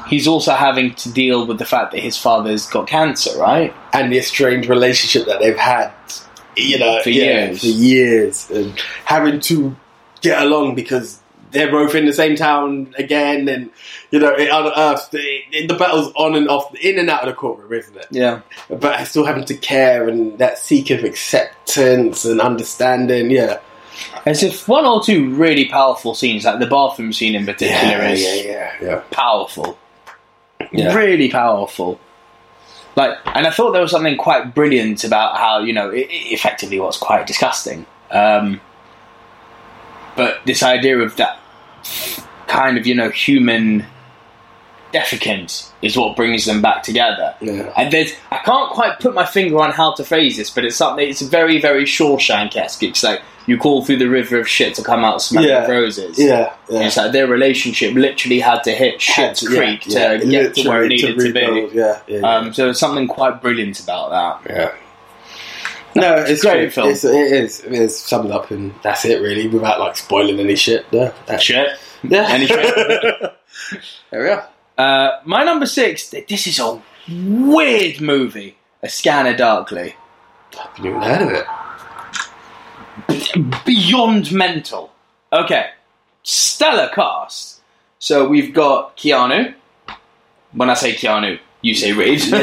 Speaker 2: he's also having to deal with the fact that his father's got cancer, right?
Speaker 1: and the strange relationship that they've had, you know,
Speaker 2: For
Speaker 1: yeah,
Speaker 2: years.
Speaker 1: for years, and having to get along because they're both in the same town again, and you know, it unearths the, the battles on and off, in and out of the courtroom, isn't it?
Speaker 2: Yeah.
Speaker 1: But still having to care and that seek of acceptance and understanding, yeah,
Speaker 2: As if one or two really powerful scenes, like the bathroom scene in particular, is
Speaker 1: yeah, yeah, yeah.
Speaker 2: powerful.
Speaker 1: Yeah.
Speaker 2: Really powerful. Like, and I thought there was something quite brilliant about how you know, it, it effectively was quite disgusting. Um, but this idea of that kind of you know human defecant is what brings them back together.
Speaker 1: Yeah.
Speaker 2: And there's, I can't quite put my finger on how to phrase this, but it's something. It's very, very Shawshank-esque. It's like you call through the river of shit to come out smelling
Speaker 1: Yeah.
Speaker 2: of roses.
Speaker 1: Yeah, yeah.
Speaker 2: It's like their relationship literally had to hit shit
Speaker 1: Yeah,
Speaker 2: creek
Speaker 1: yeah,
Speaker 2: to get to where it
Speaker 1: literally
Speaker 2: needed to,
Speaker 1: rebuild,
Speaker 2: be.
Speaker 1: Yeah, yeah, yeah.
Speaker 2: Um, so there's something quite brilliant about that.
Speaker 1: Yeah. No, it's
Speaker 2: great
Speaker 1: great.
Speaker 2: film.
Speaker 1: It's, it is. It is summed up, and that's it, really, without like spoiling any shit. Yeah, that
Speaker 2: Shit.
Speaker 1: Yeah,
Speaker 2: Any shit.
Speaker 1: there we are.
Speaker 2: Uh, my number six. th- This is a weird movie. A Scanner Darkly.
Speaker 1: Haven't even heard of it.
Speaker 2: Beyond mental. Okay. Stellar cast. So we've got Keanu. When I say Keanu, you say Reed.
Speaker 1: do,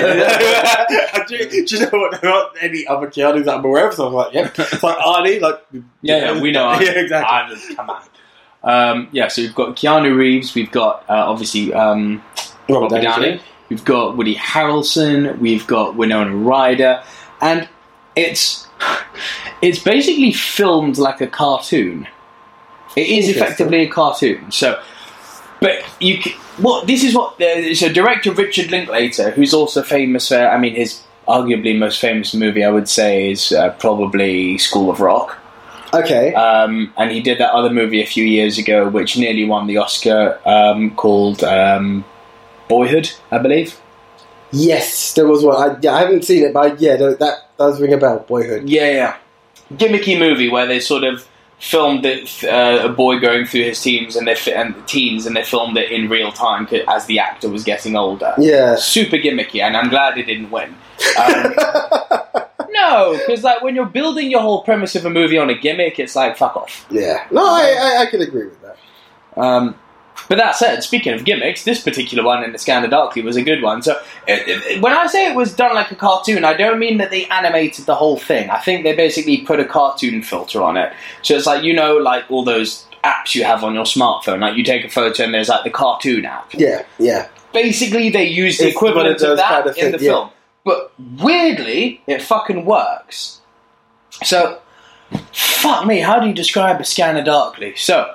Speaker 1: you- do you know what? There aren't any other Keanu's that I'm aware of. So I'm like, yeah, it's like Arnie, like
Speaker 2: Yeah, yeah, we know.
Speaker 1: yeah, exactly.
Speaker 2: I'm- come on. Um, yeah, so we've got Keanu Reeves. We've got uh, obviously um,
Speaker 1: Robert
Speaker 2: Robert Downey. We've got Woody Harrelson. We've got Winona Ryder, and it's it's basically filmed like a cartoon. It is
Speaker 1: Interesting.
Speaker 2: effectively a cartoon. So, but you c- what this is what uh, so director Richard Linklater, who's also famous for I mean his arguably most famous movie I would say is uh, probably School of Rock.
Speaker 1: Okay.
Speaker 2: Um, and he did that other movie a few years ago, which nearly won the Oscar, um, called um, Boyhood, I believe.
Speaker 1: yes, there was one. I, yeah, I haven't seen it, but yeah, that, that does ring a bell. Boyhood.
Speaker 2: Yeah, yeah. Gimmicky movie where they sort of filmed it, uh, a boy going through his teens and they fi- and teens, and they filmed it in real time c- as the actor was getting older.
Speaker 1: Yeah.
Speaker 2: Super gimmicky, and I'm glad it didn't win. Um, no, because like when you're building your whole premise of a movie on a gimmick, it's like fuck off.
Speaker 1: yeah. No, I, I, I can agree with that.
Speaker 2: Um, but that said, speaking of gimmicks, this particular one in the Scanner Darkly was a good one. So it, it, when I say it was done like a cartoon, I don't mean that they animated the whole thing. I think they basically put a cartoon filter on it. So it's like you know, like all those apps you have on your smartphone. Like you take a photo and there's like the cartoon app.
Speaker 1: Yeah, yeah.
Speaker 2: Basically, they used the
Speaker 1: It's one of
Speaker 2: equivalent of
Speaker 1: those
Speaker 2: that
Speaker 1: kind of
Speaker 2: in
Speaker 1: thing,
Speaker 2: the
Speaker 1: yeah.
Speaker 2: film. But weirdly, it fucking works. So, fuck me, how do you describe a scanner darkly? So,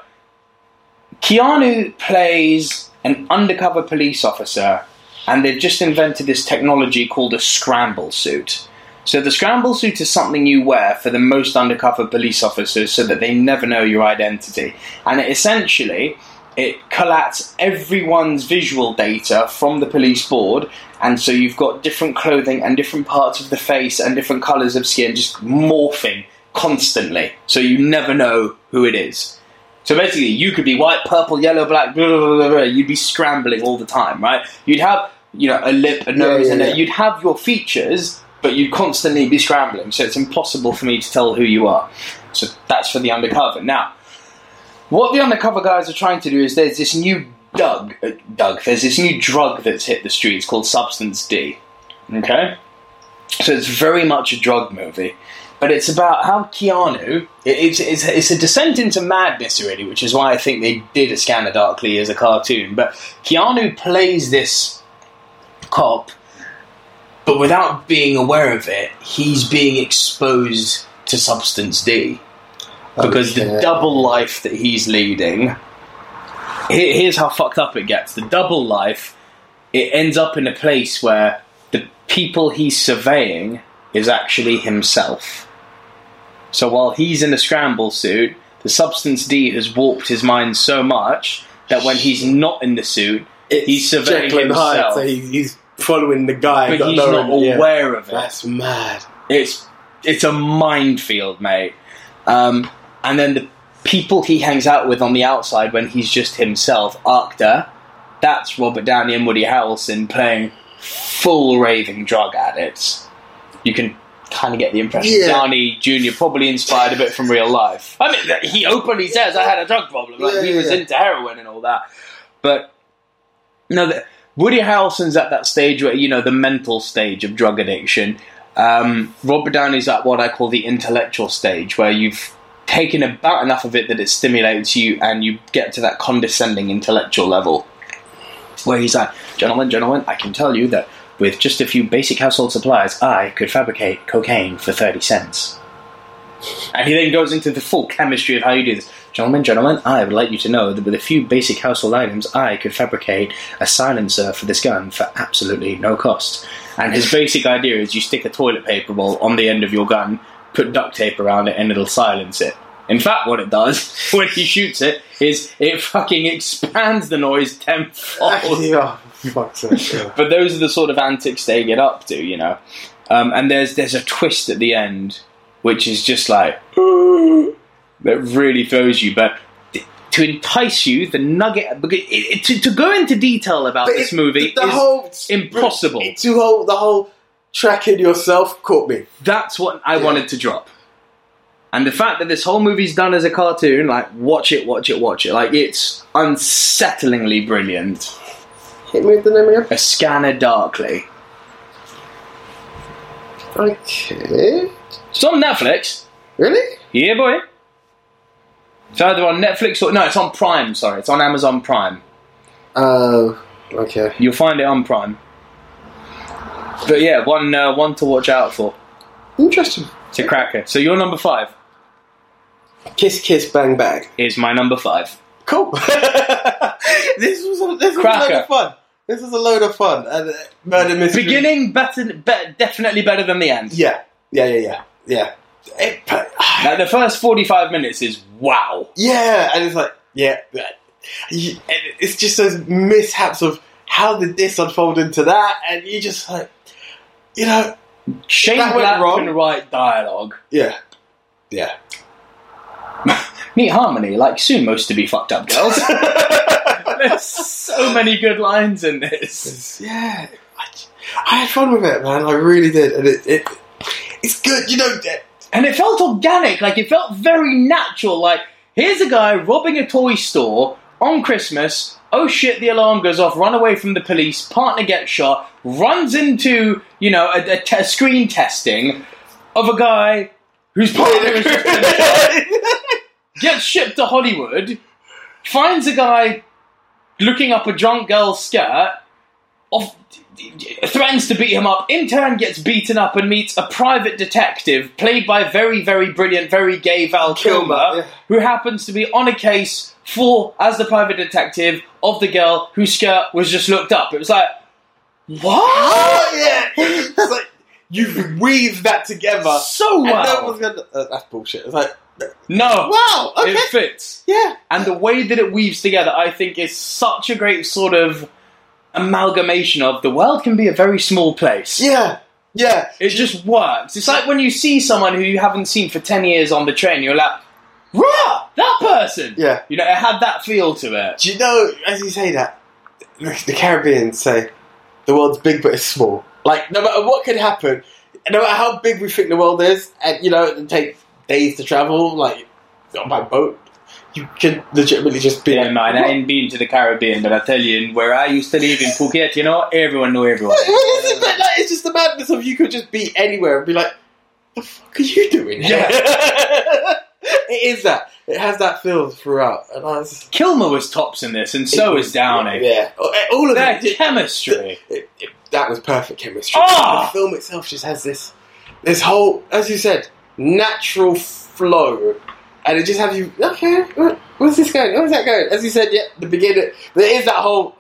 Speaker 2: Keanu plays an undercover police officer, and they've just invented this technology called a scramble suit. So, the scramble suit is something you wear for the most undercover police officers so that they never know your identity. And it essentially. It collates everyone's visual data from the police board, and so you've got different clothing and different parts of the face and different colours of skin just morphing constantly, so you never know who it is. So basically, you could be white, purple, yellow, black, blah, blah, blah, blah, blah. You'd be scrambling all the time, right? You'd have, you know, a lip, a nose,
Speaker 1: yeah,
Speaker 2: and a,
Speaker 1: yeah.
Speaker 2: you'd have your features, but you'd constantly be scrambling. So it's impossible for me to tell who you are. So that's for the undercover. Now, what the undercover guys are trying to do is there's this new Doug, uh, Doug. There's this new drug that's hit the streets called Substance D. Okay, so it's very much a drug movie, but it's about how Keanu. It, it's, it's it's a descent into madness, really, which is why I think they did a Scanner Darkly as a cartoon. But Keanu plays this cop, but without being aware of it, he's being exposed to Substance D because the
Speaker 1: Okay.
Speaker 2: double life that he's leading. Here, here's how fucked up it gets. The double life, it ends up in a place where the people he's surveying is actually himself. So while he's in a scramble suit, the substance D has warped his mind so much that when he's not in the suit,
Speaker 1: It's
Speaker 2: he's surveying
Speaker 1: Jekyll and Hyde,
Speaker 2: himself.
Speaker 1: so he's, he's following the guy,
Speaker 2: but
Speaker 1: got
Speaker 2: he's
Speaker 1: no
Speaker 2: not
Speaker 1: one- yeah.
Speaker 2: aware of it.
Speaker 1: That's mad.
Speaker 2: It's it's a minefield, mate. Um, and then the people he hangs out with on the outside when he's just himself, Arcta, That's Robert Downey and Woody Harrelson playing full raving drug addicts. You can kind of get the impression
Speaker 1: Yeah.
Speaker 2: Downey Jr. probably inspired a bit from real life. I mean, he openly says I had a drug problem. Like,
Speaker 1: Yeah,
Speaker 2: he
Speaker 1: yeah,
Speaker 2: was
Speaker 1: yeah.
Speaker 2: into heroin and all that. But no, the, Woody Harrelson's at that stage where you know the mental stage of drug addiction. Um, Robert Downey's at what I call the intellectual stage, where you've taken about enough of it that it stimulates you, and you get to that condescending intellectual level where he's like, gentlemen, gentlemen, I can tell you that with just a few basic household supplies, I could fabricate cocaine for 30 cents. And he then goes into the full chemistry of how you do this. Gentlemen, gentlemen, I would like you to know that with a few basic household items, I could fabricate a silencer for this gun for absolutely no cost. And his basic idea is you stick a toilet paper roll on the end of your gun, put duct tape around it, and it'll silence it. In fact, what it does when he shoots it is it fucking expands the noise tenfold.
Speaker 1: yeah, fuck's sake. yeah.
Speaker 2: But those are the sort of antics they get up to, you know. Um, and there's there's a twist at the end, which is just like that really throws you. But to entice you, the nugget because it, it- to, to go into detail about
Speaker 1: But
Speaker 2: this
Speaker 1: it-
Speaker 2: movie
Speaker 1: the
Speaker 2: is
Speaker 1: whole
Speaker 2: impossible.
Speaker 1: It, to whole the whole tracking yourself caught me.
Speaker 2: that's what I wanted to drop. And the fact that this whole movie's done as a cartoon, like watch it, watch it, watch it, like it's unsettlingly brilliant.
Speaker 1: Hit me with the name again.
Speaker 2: A scanner darkly.
Speaker 1: Okay.
Speaker 2: It's on Netflix.
Speaker 1: Really?
Speaker 2: Yeah, boy. It's either on Netflix or no, it's on Prime. Sorry, it's on Amazon Prime.
Speaker 1: Oh, okay.
Speaker 2: You'll find it on Prime. But yeah, one uh, one to watch out for.
Speaker 1: Interesting.
Speaker 2: It's a cracker. So your number five
Speaker 1: Kiss, kiss, bang, bang.
Speaker 2: is my number five.
Speaker 1: Cool. this was a, this was a load
Speaker 2: Cracker.
Speaker 1: of fun. This was a load of fun. And uh, murder mystery.
Speaker 2: Beginning better, be- definitely better than the end.
Speaker 1: Yeah. Yeah. Yeah. Yeah. Yeah. It, but- ah,
Speaker 2: Like the first forty-five minutes is wow.
Speaker 1: yeah, and it's like yeah. yeah. You- and It's just those mishaps of how did this unfold into that, and you just like, you know,
Speaker 2: Shane
Speaker 1: That went
Speaker 2: Black
Speaker 1: wrong.
Speaker 2: can write dialogue.
Speaker 1: yeah, yeah.
Speaker 2: Meet Harmony, like Sumo's to be fucked up girls. There's so many good lines in this.
Speaker 1: Yeah, I, I had fun with it, man. I really did, and it, it it's good. You know, that-
Speaker 2: And it felt organic, like it felt very natural. Like, here's a guy robbing a toy store on Christmas. Oh shit, the alarm goes off, run away from the police, partner gets shot, runs into, you know, a, a te- screen testing of a guy who's partner is just been shot, gets shipped to Hollywood, finds a guy looking up a drunk girl's skirt, off, threatens to beat him up, in turn gets beaten up and meets a private detective played by very, very brilliant, very gay Val Kilmer,
Speaker 1: Kilmer, yeah.
Speaker 2: who happens to be on a case for, as the private detective, of the girl whose skirt was just looked up. It was like, what?
Speaker 1: oh yeah, it's like you've weaved that together.
Speaker 2: So
Speaker 1: And
Speaker 2: well.
Speaker 1: no one's gonna, uh, that's bullshit. It's like,
Speaker 2: No.
Speaker 1: wow, okay,
Speaker 2: It fits.
Speaker 1: yeah,
Speaker 2: and the way that it weaves together, I think, is such a great sort of amalgamation of the world can be a very small place.
Speaker 1: yeah, yeah.
Speaker 2: It just works. It's like when you see someone who you haven't seen for ten years on the train, you're like, "Rah, that person."
Speaker 1: Yeah.
Speaker 2: you know, it had that feel to it.
Speaker 1: Do you know, as you say that, the Caribbean say the world's big but it's small. Like, no matter what could happen, no matter how big we think the world is, and you know, it takes days to travel, like on my boat, you can legitimately just be
Speaker 2: Yeah,
Speaker 1: like,
Speaker 2: man, I
Speaker 1: what?
Speaker 2: ain't been to the Caribbean, but I tell you, where I used to live in Phuket, you know, everyone knew everyone.
Speaker 1: What is it? But, like, it's just the madness of you could just be anywhere and be like, the fuck are you doing? here?"
Speaker 2: Yeah.
Speaker 1: it is that. It has that feel throughout. And I was,
Speaker 2: Kilmer was tops in this, and so is Downey.
Speaker 1: Yeah. Oh, eh, All of
Speaker 2: Their
Speaker 1: that.
Speaker 2: chemistry.
Speaker 1: it, it, that was perfect chemistry.
Speaker 2: Ah!
Speaker 1: The film itself just has this, this whole, as you said, natural flow, and it just has you. Okay, where- where's this going? Where's that going? As you said, yeah, the beginning. There is that whole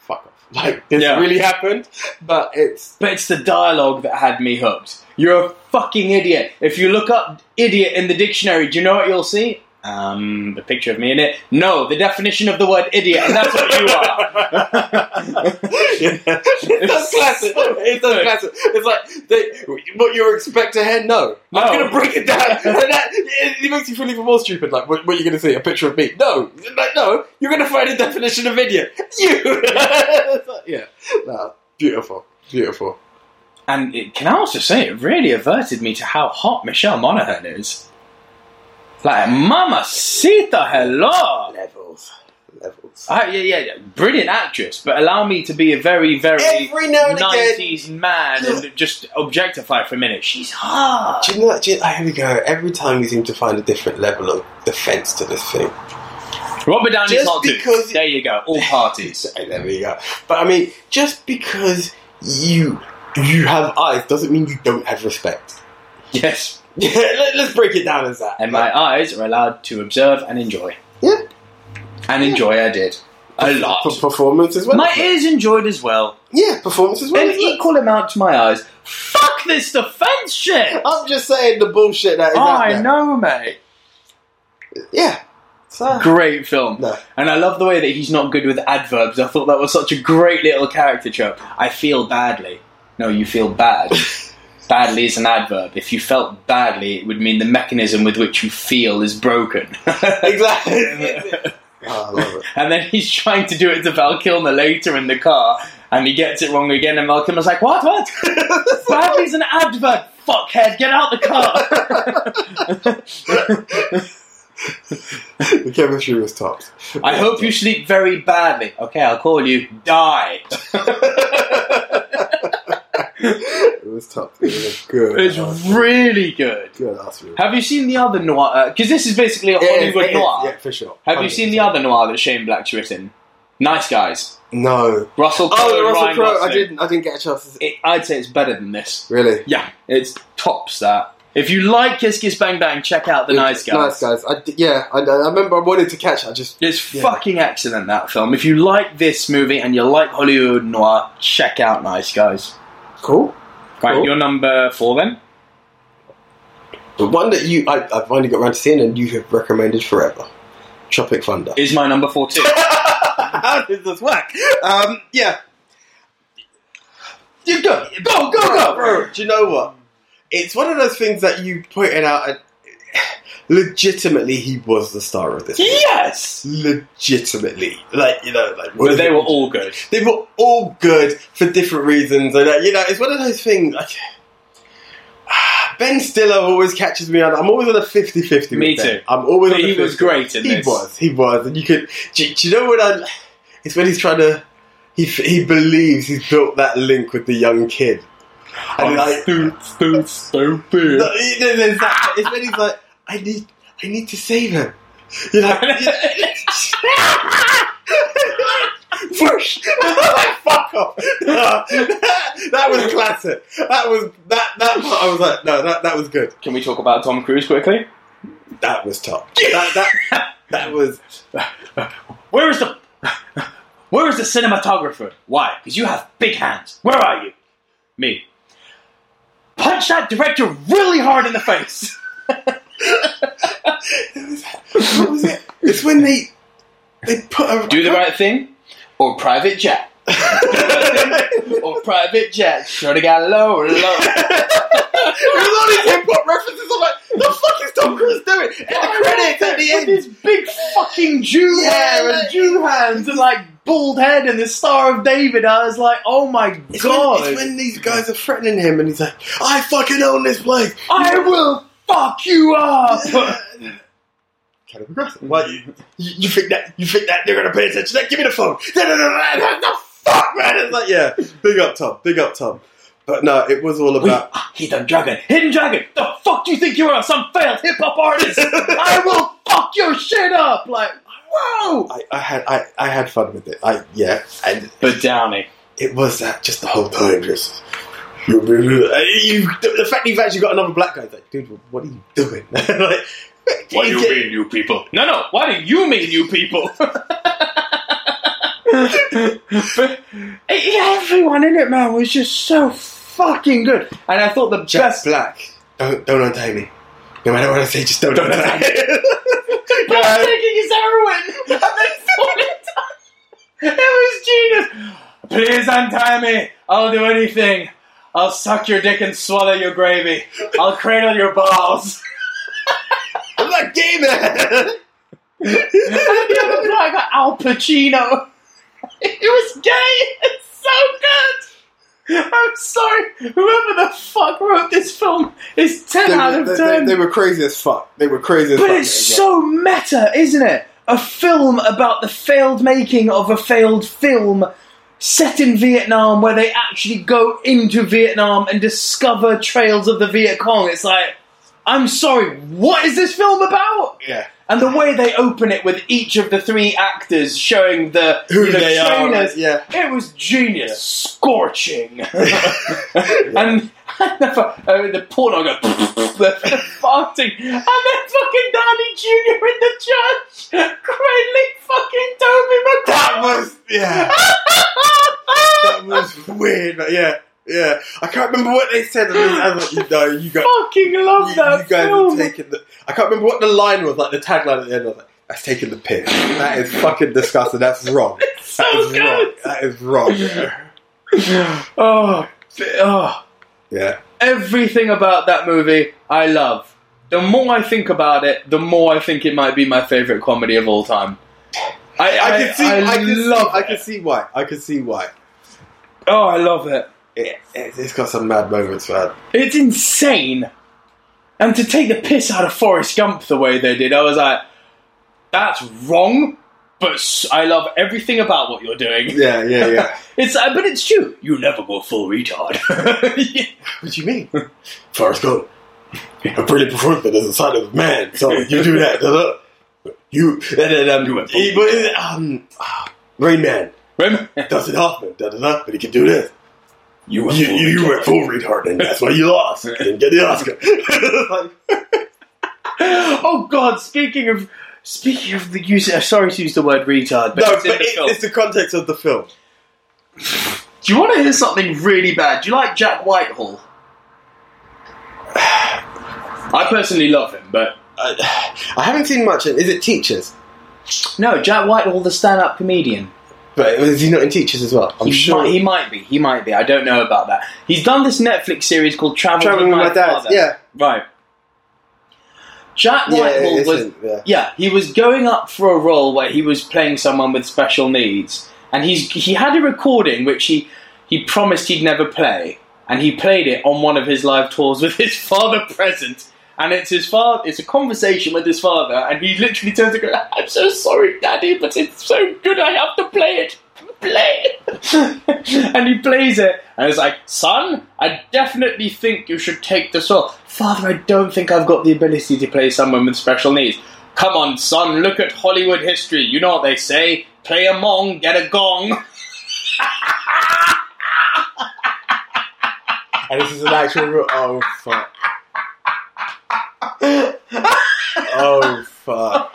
Speaker 1: fuck off. Like this
Speaker 2: Yeah.
Speaker 1: really happened, but it's
Speaker 2: But it's the dialogue that had me hooked. You're a fucking idiot. If you look up idiot in the dictionary, do you know what you'll see? um, a picture of me in it. No, the definition of the word idiot, and that's what you are.
Speaker 1: That's classic. It's so classic. It's like they, what you were expecting to hear. No,
Speaker 2: No.
Speaker 1: I'm going to break it down. And that, it, it makes you feel even more stupid. Like, what, what are you going to see? A picture of me? No, like, no. You're going to find a definition of idiot. You. It's like, yeah. Nah, beautiful, beautiful.
Speaker 2: And it, can I also say, it really averted me to how hot Michelle Monaghan is. Like, mamacita, hello!
Speaker 1: Levels, levels.
Speaker 2: I, yeah, yeah, yeah, brilliant actress, but allow me to be a very, very
Speaker 1: Every now and again.
Speaker 2: 90s man and just objectify for a minute. She's hard.
Speaker 1: Do you know? Do you, oh, here we go. Every time you seem to find a different level of defence to this thing.
Speaker 2: Robert Downey's
Speaker 1: Just
Speaker 2: hot too.
Speaker 1: because-
Speaker 2: There you go, all parties.
Speaker 1: Hey, there we go. But I mean, just because you you have eyes doesn't mean you don't have respect.
Speaker 2: yes.
Speaker 1: Yeah, let, us break it down as that.
Speaker 2: And my eyes are allowed to observe and enjoy.
Speaker 1: Yeah.
Speaker 2: And enjoy I did. A lot.
Speaker 1: P- performance as well.
Speaker 2: My
Speaker 1: isn't it?
Speaker 2: ears enjoyed as well.
Speaker 1: yeah, performance as well.
Speaker 2: An
Speaker 1: isn't it?
Speaker 2: equal amount to my eyes. Fuck this defense shit! Oh,
Speaker 1: I'm just saying the bullshit that is out
Speaker 2: I
Speaker 1: there.
Speaker 2: know, mate.
Speaker 1: Yeah. So,
Speaker 2: Great film.
Speaker 1: No.
Speaker 2: And I love the way that he's not good with adverbs. I thought that was such a great little character trope. I feel badly. No, you feel bad. badly is an adverb. If you felt badly, it would mean the mechanism with which you feel is broken.
Speaker 1: exactly. Oh, I love it.
Speaker 2: And then he's trying to do it to Val Kilmer later in the car, and he gets it wrong again, and Val Kilmer's like, What, what? Badly's an advert, fuckhead, get out the car!
Speaker 1: The chemistry was tops.
Speaker 2: I hope you sleep very badly. Okay, I'll call you. Die!
Speaker 1: It was tops. It was a good.
Speaker 2: It's
Speaker 1: ass-
Speaker 2: really good.
Speaker 1: good ass movie.
Speaker 2: Have you seen the other noir? Because this is basically a
Speaker 1: Yeah,
Speaker 2: Hollywood
Speaker 1: it is,
Speaker 2: noir.
Speaker 1: Yeah, for sure.
Speaker 2: Have you seen the
Speaker 1: 100%.
Speaker 2: other noir that Shane Black's written? Nice Guys.
Speaker 1: No.
Speaker 2: Russell Crowe.
Speaker 1: Oh, the
Speaker 2: and
Speaker 1: Russell
Speaker 2: Ryan
Speaker 1: Crowe. I
Speaker 2: Gosling.
Speaker 1: didn't. I didn't get a chance. To see.
Speaker 2: It, I'd say it's better than this.
Speaker 1: Really.
Speaker 2: Yeah, it's tops that. If you like Kiss Kiss Bang Bang, check out The Nice Guys.
Speaker 1: Nice guys. I, d- yeah, I, I remember I wanted to catch. it, I just
Speaker 2: It's
Speaker 1: Yeah.
Speaker 2: fucking excellent that film. If you like this movie and you like Hollywood noir, check out Nice Guys.
Speaker 1: cool.
Speaker 2: Right,
Speaker 1: Cool.
Speaker 2: you're number four then.
Speaker 1: The one that you I, I've finally got around to seeing and you have recommended forever, Tropic Thunder.
Speaker 2: Is my number four too?
Speaker 1: How does this work? Um, yeah. You go, go, go,
Speaker 2: Bro,
Speaker 1: go,
Speaker 2: bro.
Speaker 1: Do you know what? It's one of those things that you pointed out. And legitimately, he was the star of this. movie.
Speaker 2: yes,
Speaker 1: Legitimately, like you know, like what
Speaker 2: but
Speaker 1: is
Speaker 2: they
Speaker 1: it?
Speaker 2: were all good.
Speaker 1: they were all good for different reasons, and uh, you know, it's one of those things. Like, ben Stiller always catches me on. I'm always on a 50-50 with
Speaker 2: Me
Speaker 1: Ben.
Speaker 2: too.
Speaker 1: I'm always.
Speaker 2: But
Speaker 1: on a
Speaker 2: he was
Speaker 1: 50.
Speaker 2: great in
Speaker 1: He
Speaker 2: this.
Speaker 1: was. He was, and you could. Do, do you know what I? It's when he's trying to. He f- he believes he's built that link with the young kid.
Speaker 2: Oh,
Speaker 1: And like,
Speaker 2: stupid.
Speaker 1: no, he- no, no, that- it's when he's like, I need, I need to save him. You're like, push. like, fuck off. that was classic. That was that that part. I was like, no, that that was good.
Speaker 2: Can we talk about Tom Cruise quickly?
Speaker 1: That was top. That that that was.
Speaker 2: Where is the Where is the cinematographer? Why? Because you have big hands. Where are you? Me. Punch that director really hard in the face.
Speaker 1: What was it? It's when they they put a
Speaker 2: Do the right thing, or private jet. or private jet. Should've got lower, lower.
Speaker 1: There's all these hip hop references. I'm like, the fuck is Tom Cruise doing? And the credits at the
Speaker 2: With
Speaker 1: end.
Speaker 2: his big fucking Jew
Speaker 1: Yeah,
Speaker 2: hair and
Speaker 1: like-
Speaker 2: Jew hands and like bald head and the Star of David. I was like, oh my
Speaker 1: It's
Speaker 2: god.
Speaker 1: When, it's when these guys are threatening him, and he's like, "I fucking own this place."
Speaker 2: I will fuck you up.
Speaker 1: Kind of aggressive. Why you, you, you think that you think that they're gonna pay attention? Like, give me the phone. Da, da, da, da, da, da, fuck, man. It's like, yeah, big up Tom, big up Tom. But no, it was all
Speaker 2: We
Speaker 1: about.
Speaker 2: are ah, Hidden Dragon. Hidden Dragon. The fuck do you think you are? Some failed hip hop artist. I will fuck your shit up. Like, whoa.
Speaker 1: I, I had I, I had fun with it. I yeah, and
Speaker 2: But Downey.
Speaker 1: it was that just the whole time just. You, the fact you've actually got another black guy, it's like, dude, what are you doing? like, you get-
Speaker 2: mean, you people? No, no. What do you mean, you people? but everyone in it, man, was just so fucking good. And I thought the
Speaker 1: Jack
Speaker 2: best.
Speaker 1: Black, don't don't untie me. No matter what I say, just don't don't attack.
Speaker 2: But I'm taking his heroin. And they stole it. It was genius. Please untie me. I'll do anything. I'll suck your dick and swallow your gravy. I'll cradle your balls.
Speaker 1: I'm not gay,
Speaker 2: And the
Speaker 1: man.
Speaker 2: other guy got Al Pacino. It was gay. It's so good. I'm sorry. Whoever the fuck wrote this film is ten
Speaker 1: They,
Speaker 2: out of
Speaker 1: they-
Speaker 2: ten.
Speaker 1: they were crazy as fuck. They were crazy as
Speaker 2: But
Speaker 1: fuck.
Speaker 2: it's so meta, isn't it? A film about the failed making of a failed film set in Vietnam where they actually go into Vietnam and discover trails of the Viet Cong. It's like, I'm sorry, what is this film about?
Speaker 1: yeah.
Speaker 2: And the way they open it with each of the three actors showing the
Speaker 1: Who
Speaker 2: you know,
Speaker 1: they are.
Speaker 2: trainers,
Speaker 1: Yeah.
Speaker 2: it was genius, scorching, and I never, uh, the porno go the farting, and then fucking Danny Junior in the church, greatly fucking Toby
Speaker 1: That
Speaker 2: McDowell.
Speaker 1: was yeah. That was weird. But yeah, yeah. I can't remember what they said. I was like, no, you got
Speaker 2: fucking love
Speaker 1: you,
Speaker 2: that
Speaker 1: you guys
Speaker 2: film.
Speaker 1: are taking the. I can't remember what the line was, like the tagline at the end. I was like, "That's taking the piss. That is fucking disgusting. That's wrong.
Speaker 2: so
Speaker 1: That is wrong.
Speaker 2: good.
Speaker 1: That is wrong."
Speaker 2: Oh, oh,
Speaker 1: Yeah,
Speaker 2: everything about that movie I love. The more I think about it, the more I think it might be my favorite comedy of all time. I,
Speaker 1: I, can see. I, can
Speaker 2: love.
Speaker 1: see. I
Speaker 2: it.
Speaker 1: can see why. I can see why.
Speaker 2: Oh, I love it.
Speaker 1: It, it, has got some mad moments, man.
Speaker 2: It's insane. And to take the piss out of Forrest Gump the way they did, I was like, that's wrong, but s- I love everything about what you're doing.
Speaker 1: Yeah, yeah, yeah.
Speaker 2: It's, uh, but it's true. You never go full retard. Yeah.
Speaker 1: what do you mean? Forrest Gump. A brilliant performance, but there's a side of a man. So you do that. da, da. You and then um,
Speaker 2: You went-
Speaker 1: he- but, um ah, Rain Man,
Speaker 2: Remember?
Speaker 1: Dustin Hoffman, da, da, da, but he can do this.
Speaker 2: You
Speaker 1: You, you, you were full retard, and that's why you lost. You didn't get the Oscar.
Speaker 2: Oh God! Speaking of speaking of the use, uh, sorry to use the word retard, but,
Speaker 1: no,
Speaker 2: it's in
Speaker 1: but
Speaker 2: the
Speaker 1: it,
Speaker 2: film.
Speaker 1: it's the context of the film.
Speaker 2: Do you want to hear something really bad? Do you like Jack Whitehall? I personally love him, but
Speaker 1: I, I haven't seen much. in- Is it Teachers?
Speaker 2: no, Jack Whitehall, the stand-up comedian.
Speaker 1: But is he not in Teachers as well? I'm
Speaker 2: he,
Speaker 1: sure.
Speaker 2: might, he might be. He might be. I don't know about that. He's done this Netflix series called Travel
Speaker 1: Traveling
Speaker 2: with
Speaker 1: with
Speaker 2: My,
Speaker 1: my dad.
Speaker 2: Father.
Speaker 1: Yeah,
Speaker 2: Right. Jack
Speaker 1: yeah,
Speaker 2: Whitehall
Speaker 1: it
Speaker 2: was
Speaker 1: isn't, yeah.
Speaker 2: yeah, he was going up for a role where he was playing someone with special needs, and he's he had a recording which he he promised he'd never play, and he played it on one of his live tours with his father present. And it's his father. It's a conversation with his father, and he literally turns to go, "I'm so sorry, Daddy, but it's so good. I have to play it." Play it, and he plays it, and it's like, son, I definitely think you should take this off. Father, I don't think I've got the ability to play someone with special needs. Come on, son, look at Hollywood history. You know what they say play a mong, get a gong.
Speaker 1: And this is an actual. ro- Oh fuck. oh fuck.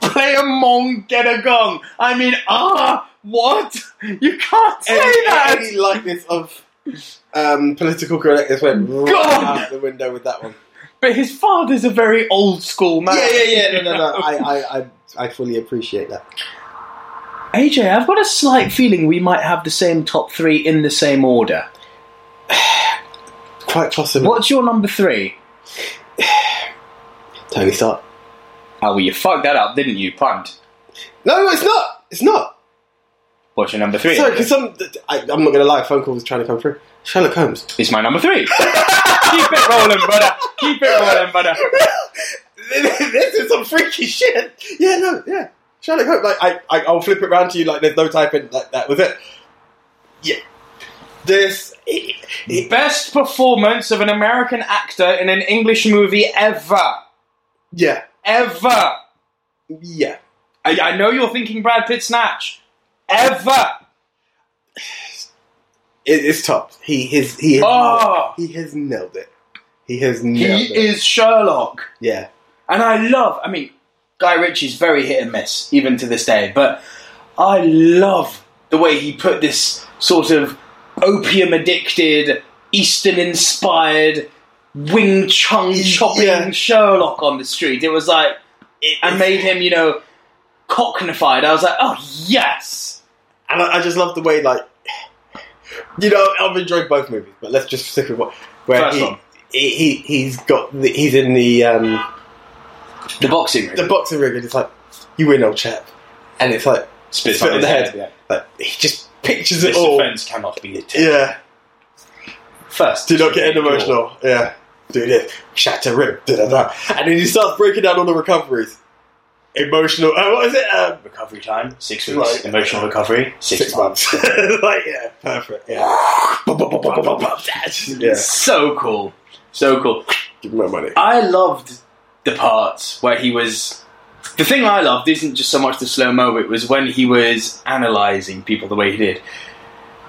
Speaker 2: Play a mong, get a gong. I mean, ah, what? You can't say that.
Speaker 1: Any, any likeness of um, political correctness went right
Speaker 2: God.
Speaker 1: out the window with that one.
Speaker 2: But his father's a very old school man.
Speaker 1: Yeah, yeah, yeah. No, no, no. I, I, I, I fully appreciate that.
Speaker 2: AJ, I've got a slight feeling we might have the same top three in the same order.
Speaker 1: Quite possibly.
Speaker 2: What's your number three?
Speaker 1: Tony Stark.
Speaker 2: Oh, well, you fucked that up, didn't you? Punt.
Speaker 1: No, no, it's not. It's not.
Speaker 2: What's your number three?
Speaker 1: Sorry,
Speaker 2: AJ?
Speaker 1: because some. I, I'm not gonna lie. A phone call was trying to come through. Sherlock Holmes.
Speaker 2: It's my number three. Keep it rolling, brother. Keep it rolling, brother.
Speaker 1: this is some freaky shit. Yeah, no, yeah. Sherlock Holmes. Like, I, I, I'll flip it round to you. Like, there's no typing. Like, that was it. Yeah. This.
Speaker 2: Best performance of an American actor in an English movie ever.
Speaker 1: Yeah.
Speaker 2: Ever. I,
Speaker 1: Yeah.
Speaker 2: I know you're thinking Brad Pitt snatch. Ever.
Speaker 1: It, it's tops. He has. He has.
Speaker 2: Oh.
Speaker 1: Nailed, he has nailed it. He has
Speaker 2: He
Speaker 1: nailed it.
Speaker 2: is Sherlock.
Speaker 1: yeah.
Speaker 2: And I love, I mean, Guy Ritchie's very hit and miss, even to this day, but I love the way he put this sort of opium addicted, Eastern inspired Wing Chun chopping
Speaker 4: Yeah.
Speaker 2: Sherlock on the street. It was like, it, I made him, you know, cocknified. I was like, oh yes.
Speaker 1: And I, I just love the way, like, you know, I've enjoyed both movies, but let's just stick with one. Where
Speaker 2: First
Speaker 1: he,
Speaker 2: one.
Speaker 1: he, he, he's got, the, he's in the, um,
Speaker 2: The boxing ring.
Speaker 1: the boxing ring and it's like, you win, old chap. And it's like,
Speaker 2: spit,
Speaker 1: spit
Speaker 2: on
Speaker 1: on
Speaker 2: his
Speaker 1: the
Speaker 2: head.
Speaker 1: head. like he just pictures
Speaker 2: This
Speaker 1: it all.
Speaker 2: offense cannot be attempted.
Speaker 1: Yeah.
Speaker 2: First,
Speaker 1: Do not get in emotional. Yeah. Do this. Shatter rib. Da, da, da. And then he starts breaking down all the recoveries. Emotional. Uh, what is it? Um,
Speaker 2: Recovery time, six weeks.
Speaker 1: Right.
Speaker 2: Emotional recovery, six,
Speaker 1: six
Speaker 2: months.
Speaker 1: months. like, yeah. Perfect. Yeah. Bum, bum, bum, bum, bum, bum. yeah.
Speaker 2: So cool. So cool.
Speaker 1: Give me my money.
Speaker 2: I loved the parts where he was. The thing I loved isn't just so much the slow mo, it was when he was analysing people the way he did.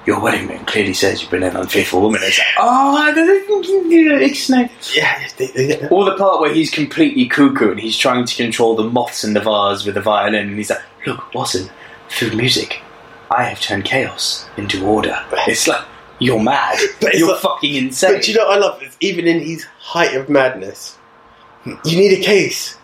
Speaker 2: Your wedding ring clearly says you've been an unfaithful woman. It's like, oh, I don't- it's no.
Speaker 1: Yeah. they- they- yeah.
Speaker 2: Or the part where he's completely cuckoo and he's trying to control the moths in the vase with a violin, and he's like, "Look, Watson, through music, I have turned chaos into order." It's like you're mad.
Speaker 1: But it's
Speaker 2: You're
Speaker 1: like-
Speaker 2: fucking insane.
Speaker 1: But you know what I love is even in his height of madness, you need a case.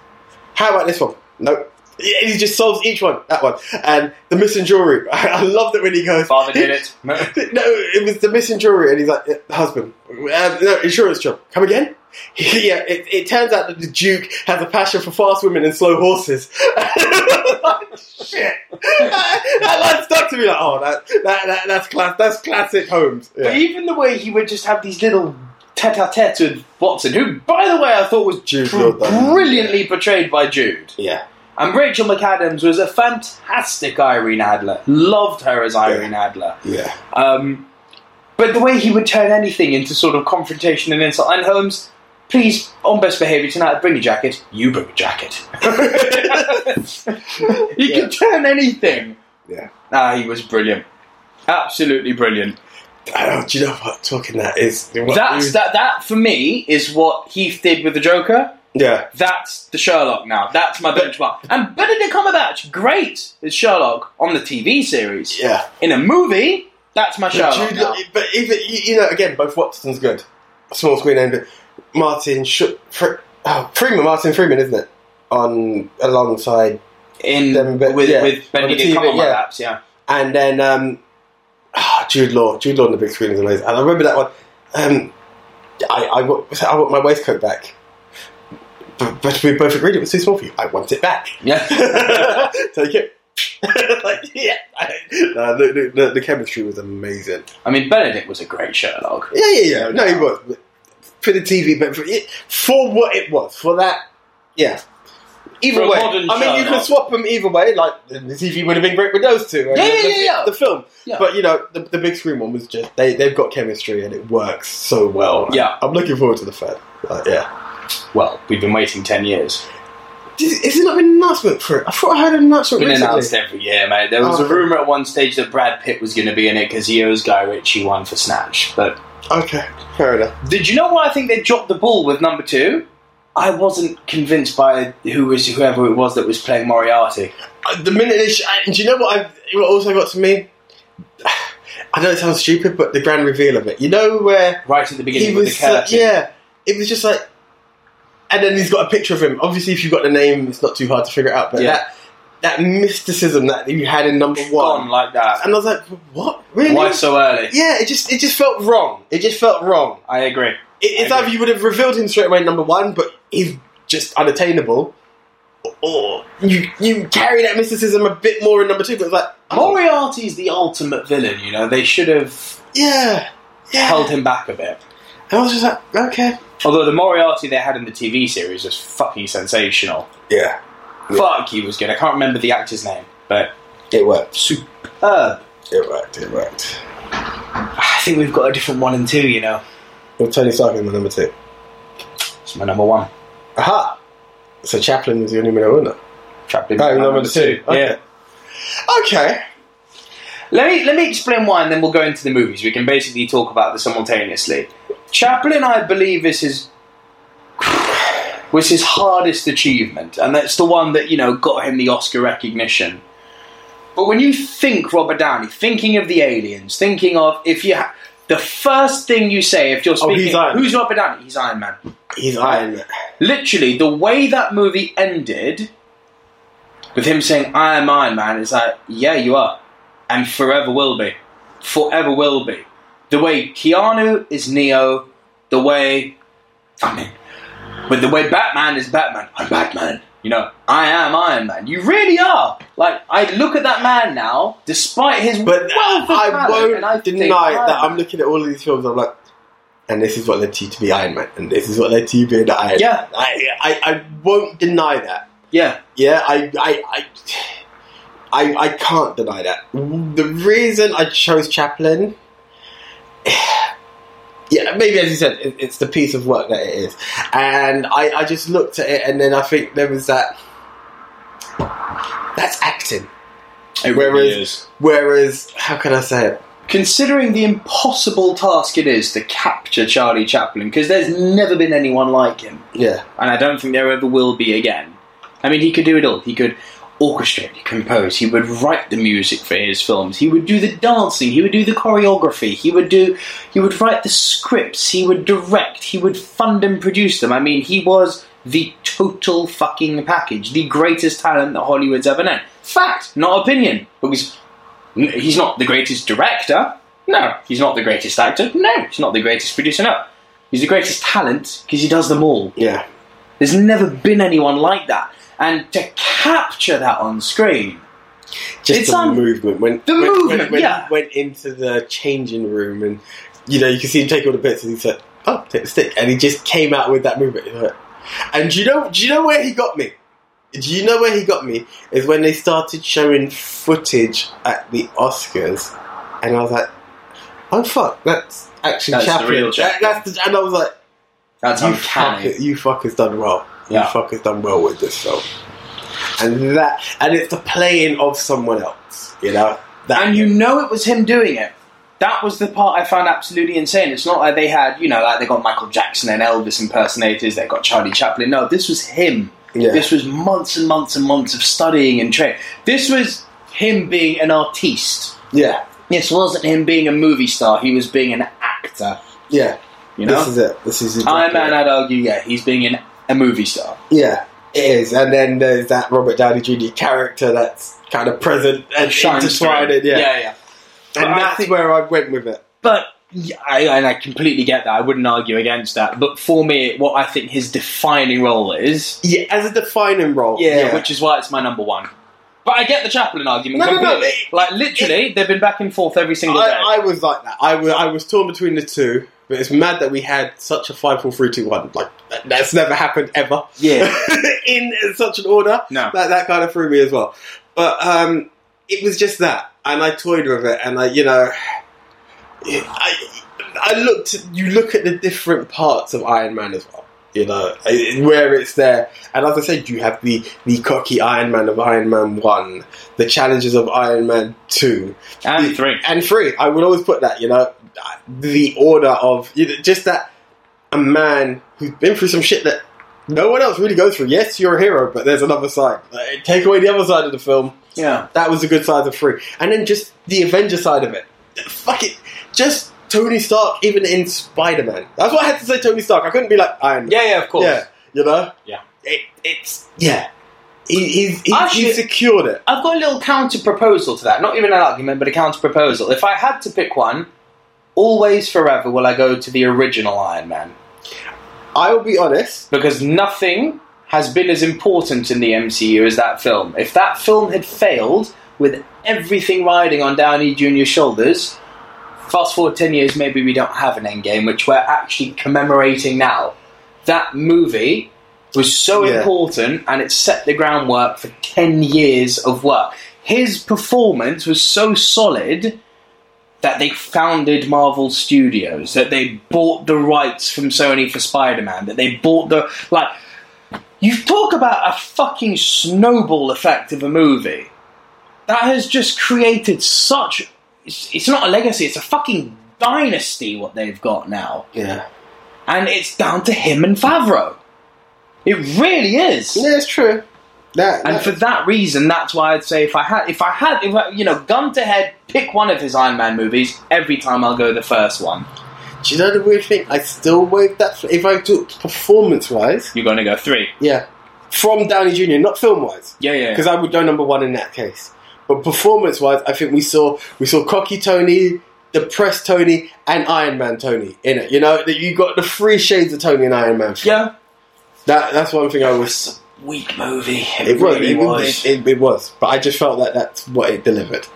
Speaker 1: How about this one? Nope. Yeah, He just solves each one, that one. And the missing jewelry. I love that when he goes,
Speaker 2: Father did it.
Speaker 1: No, it was the missing jewelry, and he's like, "Uh, husband, um, no, insurance job, come again? yeah, it, it turns out that the Duke has a passion for fast women and slow horses. Shit. that, that line stuck to me like, oh, that, that, that, that's, class, that's classic Holmes.
Speaker 2: But
Speaker 1: Yeah.
Speaker 2: even the way he would just have these little tete-a-tete with Watson, who, by the way, I thought was
Speaker 1: Jude
Speaker 2: br-
Speaker 1: Law.
Speaker 2: brilliantly portrayed by Jude.
Speaker 1: Yeah.
Speaker 2: And Rachel McAdams was a fantastic Irene Adler. Loved her as Irene Adler.
Speaker 1: Yeah.
Speaker 2: Um, but the way he would turn anything into sort of confrontation and insult. And Holmes, please, on best behaviour tonight, bring your jacket. You bring a jacket. he
Speaker 1: Yeah.
Speaker 2: could turn anything.
Speaker 1: Yeah.
Speaker 2: Ah, he was brilliant. Absolutely brilliant.
Speaker 1: Oh, do you know what talking that is? What
Speaker 2: That's that. That for me is what Heath did with the Joker.
Speaker 1: Yeah.
Speaker 2: That's the Sherlock now. That's my benchmark. And Benedict Cumberbatch, great as Sherlock on the TV series.
Speaker 1: Yeah.
Speaker 2: In a movie, that's my
Speaker 1: But,
Speaker 2: Sherlock.
Speaker 1: Jude
Speaker 2: now.
Speaker 1: Law- but even you, you know, again, both Watson's good. Small screen name, but Martin Sh- Fre- oh, Freeman, Martin Freeman, isn't it? On alongside,
Speaker 2: In
Speaker 1: Them bit-
Speaker 2: with
Speaker 1: yeah.
Speaker 2: with
Speaker 1: On the
Speaker 2: Benedict
Speaker 1: TV,
Speaker 2: Cumberbatch, yeah.
Speaker 1: and then um, ah, Jude Law. Jude Law on the big screen is amazing, and I remember that one. Um, I I want, I want my waistcoat back, but, but we both agreed it was too small for you. I want it back.
Speaker 2: yeah,
Speaker 1: Take it. like, yeah. No, the, the, the chemistry was amazing.
Speaker 2: I mean Benedict was a great Sherlock.
Speaker 1: Yeah, yeah, yeah. No, he was for the TV, but for, it- for what it was, for that, yeah. Either
Speaker 2: For a
Speaker 1: way,
Speaker 2: modern
Speaker 1: I mean, you can
Speaker 2: Sherlock.
Speaker 1: swap them either way. Like the TV would have been great with those two. and
Speaker 2: Yeah, yeah,
Speaker 1: the,
Speaker 2: yeah, yeah.
Speaker 1: The film,
Speaker 2: Yeah.
Speaker 1: but you know, the, the big screen one was just they they've got chemistry and it works so well.
Speaker 2: Yeah.
Speaker 1: I'm looking forward to the third. Like, yeah,
Speaker 2: Well, we've been waiting ten years.
Speaker 1: is, is there not been an announcement for it? I thought I heard an announcement
Speaker 2: Been
Speaker 1: recently.
Speaker 2: announced every year, mate. There was
Speaker 1: Oh.
Speaker 2: a rumor at one stage that Brad Pitt was going to be in it because he owes Guy Ritchie one for Snatch, but
Speaker 1: Okay, fair enough.
Speaker 2: Did you know why I think they dropped the ball with number two? I wasn't convinced by who was whoever it was that was playing Moriarty.
Speaker 1: Uh, The minute they sh- and do you know what? I what also got to me. I know it sounds stupid, but the grand reveal of it. You know where
Speaker 2: Right at the beginning
Speaker 1: he
Speaker 2: with
Speaker 1: was
Speaker 2: the curtain.
Speaker 1: so- yeah it was just like and then he's got a picture of him obviously if you've got the name it's not too hard to figure it out but
Speaker 2: Yeah.
Speaker 1: that that mysticism that you had in number
Speaker 2: Gone
Speaker 1: one
Speaker 2: like that.
Speaker 1: and I was like what really
Speaker 2: Why so early?
Speaker 1: yeah it just it just felt wrong it just felt wrong
Speaker 2: I agree.
Speaker 1: it, it's
Speaker 2: I
Speaker 1: either you would have revealed him straight away in number one but he's just unattainable or you you carry that mysticism a bit more in number two but it's like oh,
Speaker 2: Moriarty's the ultimate villain, you know. They should have
Speaker 1: yeah yeah
Speaker 2: held him back a bit.
Speaker 1: and I was just like okay
Speaker 2: Although the Moriarty they had in the TV series was fucking sensational.
Speaker 1: yeah
Speaker 2: Fuck, he was good. I can't remember the actor's name, but
Speaker 1: it worked
Speaker 2: superb.
Speaker 1: it worked it worked
Speaker 2: I think we've got a different one and two, you know.
Speaker 1: Well, Tony Stark is my number two.
Speaker 2: It's my number one.
Speaker 1: Aha! So Chaplin was the only winner, wasn't it?
Speaker 2: Trapped in
Speaker 1: Oh,
Speaker 2: my
Speaker 1: number two. Okay.
Speaker 2: Yeah.
Speaker 1: Okay.
Speaker 2: Let me let me explain why, and then we'll go into the movies. We can basically talk about this simultaneously. Chaplin, I believe, is his was his hardest achievement, and that's the one that you know got him the Oscar recognition. But when you think Robert Downey, thinking of the aliens, thinking of if you ha- The first thing you say if you're
Speaker 1: Oh, he's
Speaker 2: speaking,
Speaker 1: Iron Man.
Speaker 2: who's Robert Downey? He's Iron Man.
Speaker 1: He's Iron Man.
Speaker 2: Literally, the way that movie ended with him saying, I am Iron Man, is like, yeah, you are. And forever will be. Forever will be. The way Keanu is Neo, the way. I mean, but the way Batman is Batman, I'm Batman. You know, I am Iron Man. You really are. Like, I look at that man now, despite his
Speaker 1: But
Speaker 2: wealth of
Speaker 1: I
Speaker 2: talent,
Speaker 1: won't
Speaker 2: and I think,
Speaker 1: deny
Speaker 2: Iron
Speaker 1: that I'm
Speaker 2: Man.
Speaker 1: looking at all of these films. I'm like, and this is what led to you to be Iron Man, and this is what led to you being the Iron.
Speaker 2: Yeah.
Speaker 1: Man. I, I I won't deny that.
Speaker 2: Yeah.
Speaker 1: Yeah, I I. I I, I can't deny that. The reason I chose Chaplin, yeah, maybe as you said, it, it's the piece of work that it is. And I, I just looked at it, and then I think there was that. That's acting.
Speaker 2: It
Speaker 1: really is. Whereas, how can I say it?
Speaker 2: considering the impossible task it is to capture Charlie Chaplin, because there's never been anyone like him,
Speaker 1: Yeah,
Speaker 2: and I don't think there ever will be again. I mean, he could do it all. He could orchestrate, he compose, he would write the music for his films, he would do the dancing, he would do the choreography, he would do, he would write the scripts, he would direct, he would fund and produce them. I mean, he was the total fucking package, the greatest talent that Hollywood's ever known. Fact, not opinion, because N- he's not the greatest director. No, he's not the greatest actor. No, he's not the greatest producer. No, he's the greatest talent because he does them all.
Speaker 1: yeah.
Speaker 2: There's never been anyone like that, and to capture that on screen,
Speaker 1: Just
Speaker 2: It's
Speaker 1: the
Speaker 2: un-
Speaker 1: movement. When
Speaker 2: The
Speaker 1: when- when-
Speaker 2: movement,
Speaker 1: when
Speaker 2: yeah.
Speaker 1: he went into the changing room, and you know, you can see him take all the bits, and he said, "Oh, take the stick," and he just came out with that movement. He's like- And do you know, do you know where he got me? Do you know where he got me? Is when they started showing footage at the Oscars, and I was like, "Oh fuck, that's actually
Speaker 2: That's the
Speaker 1: Chaplin."
Speaker 2: real
Speaker 1: That- that's the, and I was like,
Speaker 2: that's
Speaker 1: you
Speaker 2: uncanny.
Speaker 1: fuckers, you fuckers done well. You
Speaker 2: Yeah.
Speaker 1: fuckers done well with this film. And that, and it's the playing of someone else, you know. That
Speaker 2: And you know it was him doing it. That was the part I found absolutely insane. It's not like they had, you know, like they got Michael Jackson and Elvis impersonators, they got Charlie Chaplin. No, this was him.
Speaker 1: Yeah.
Speaker 2: This was months and months and months of studying and training. This was him being an artiste.
Speaker 1: yeah,
Speaker 2: This wasn't him being a movie star, he was being an actor.
Speaker 1: yeah.
Speaker 2: You
Speaker 1: This
Speaker 2: know?
Speaker 1: is it. This is exactly
Speaker 2: Iron Man,
Speaker 1: it.
Speaker 2: I'd argue, yeah, he's being an, a movie star.
Speaker 1: Yeah, it is. And then there's that Robert Downey Jr. character that's kind of present and
Speaker 2: Shines
Speaker 1: intertwined.
Speaker 2: through.
Speaker 1: in- Yeah,
Speaker 2: yeah, yeah. But
Speaker 1: and
Speaker 2: I
Speaker 1: that's
Speaker 2: think-
Speaker 1: where I went with it.
Speaker 2: But yeah, I, and I completely get that. I wouldn't argue against that. But for me, what I think his defining role is,
Speaker 1: Yeah, as a defining role.
Speaker 2: which is why it's my number one. But I get the Chaplin argument.
Speaker 1: No, no, no,
Speaker 2: completely.
Speaker 1: it-
Speaker 2: like literally, they've been back and forth every single day.
Speaker 1: I, I was like that. I was, I was torn between the two, but it's mad that we had such a 5 4 3 2 1. Like, that- that's never happened ever.
Speaker 2: Yeah.
Speaker 1: in such an order.
Speaker 2: no,
Speaker 1: That, that kind of threw me as well. But um, it was just that. And I toyed with it, and I, you know, I, I looked, you look at the different parts of Iron Man as well. You know, I- where it's there. And as I said, you have the, the cocky Iron Man of Iron Man 1, the challenges of Iron Man 2,
Speaker 2: and three.
Speaker 1: and three. I would always put that, you know, the order of you know, just that a man who's been through some shit that no one else really goes through. Yes, you're a hero, but there's another side. Like, take away the other side of the film.
Speaker 2: Yeah,
Speaker 1: That was a good side of three, and then just the Avenger side of it. Fuck it, just Tony Stark, even in Spider Man. That's why I had to say Tony Stark. I couldn't be like Iron Man.
Speaker 2: yeah, yeah. Of course.
Speaker 1: yeah, you know,
Speaker 2: Yeah.
Speaker 1: It, it's yeah. He, he's he,
Speaker 2: Actually-
Speaker 1: he secured it.
Speaker 2: I've got a little counter proposal to that. Not even an argument, but a counter proposal. If I had to pick one, always forever will I go to the original Iron Man.
Speaker 1: I will be honest.
Speaker 2: because nothing has been as important in the MCU as that film. If that film had failed with everything riding on Downey Jr.'s shoulders, fast forward 10 years, maybe we don't have an endgame, which we're actually commemorating now. That movie was so
Speaker 1: Yeah.
Speaker 2: important and it set the groundwork for 10 years of work. His performance was so solid that they founded Marvel Studios, that they bought the rights from Sony for Spider Man, that they bought the. Like, you talk about a fucking snowball effect of a movie. That has just created such. It's, it's not a legacy, it's a fucking dynasty what they've got now.
Speaker 1: Yeah,
Speaker 2: And it's down to him and Favreau. It really is.
Speaker 1: yeah, it's true. That,
Speaker 2: And
Speaker 1: that-
Speaker 2: for that reason, that's why I'd say if I had, if I had, if I, you know, gun to head, pick one of his Iron Man movies. Every time I'll go the first one.
Speaker 1: do you know the weird thing? I still wave that. fl- If I took performance wise,
Speaker 2: You're going to go three.
Speaker 1: yeah, from Downey Jr., not film wise,
Speaker 2: Yeah, yeah.
Speaker 1: because I would go number one in that case. But performance wise, I think we saw we saw cocky Tony, depressed Tony, and Iron Man Tony in it. You know that you got the three shades of Tony and Iron Man.
Speaker 2: yeah.
Speaker 1: That that's one thing I was.
Speaker 2: It's a weak movie. It,
Speaker 1: It was.
Speaker 2: really
Speaker 1: it,
Speaker 2: was.
Speaker 1: was. It, it was. But I just felt that that's what it delivered.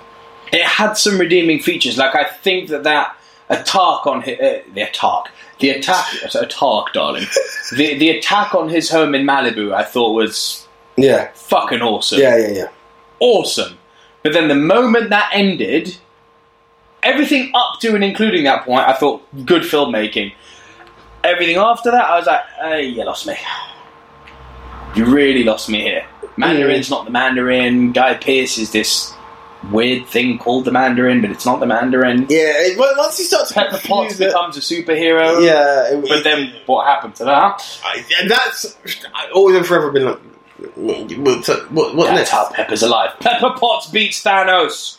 Speaker 2: it had some redeeming features. Like I think that that attack on his, uh, the attack, the attack, attack, darling, the the attack on his home in Malibu, I thought was
Speaker 1: Yeah.
Speaker 2: fucking awesome,
Speaker 1: Yeah. Yeah. Yeah.
Speaker 2: awesome. But then the moment that ended, everything up to and including that point, I thought good filmmaking. Everything after that, I was like, hey, you lost me. You really lost me here. Mandarin's not the Mandarin. Guy Pearce is this weird thing called the Mandarin, but it's not the Mandarin.
Speaker 1: Yeah. It, well, once you start to
Speaker 2: Pepper Potts
Speaker 1: confuse it,
Speaker 2: becomes a superhero.
Speaker 1: yeah. It,
Speaker 2: But then what happened to that?
Speaker 1: I- and that's I always and forever been like. What, what, what
Speaker 2: That's
Speaker 1: next?
Speaker 2: how Pepper's alive. Pepper Potts beats Thanos.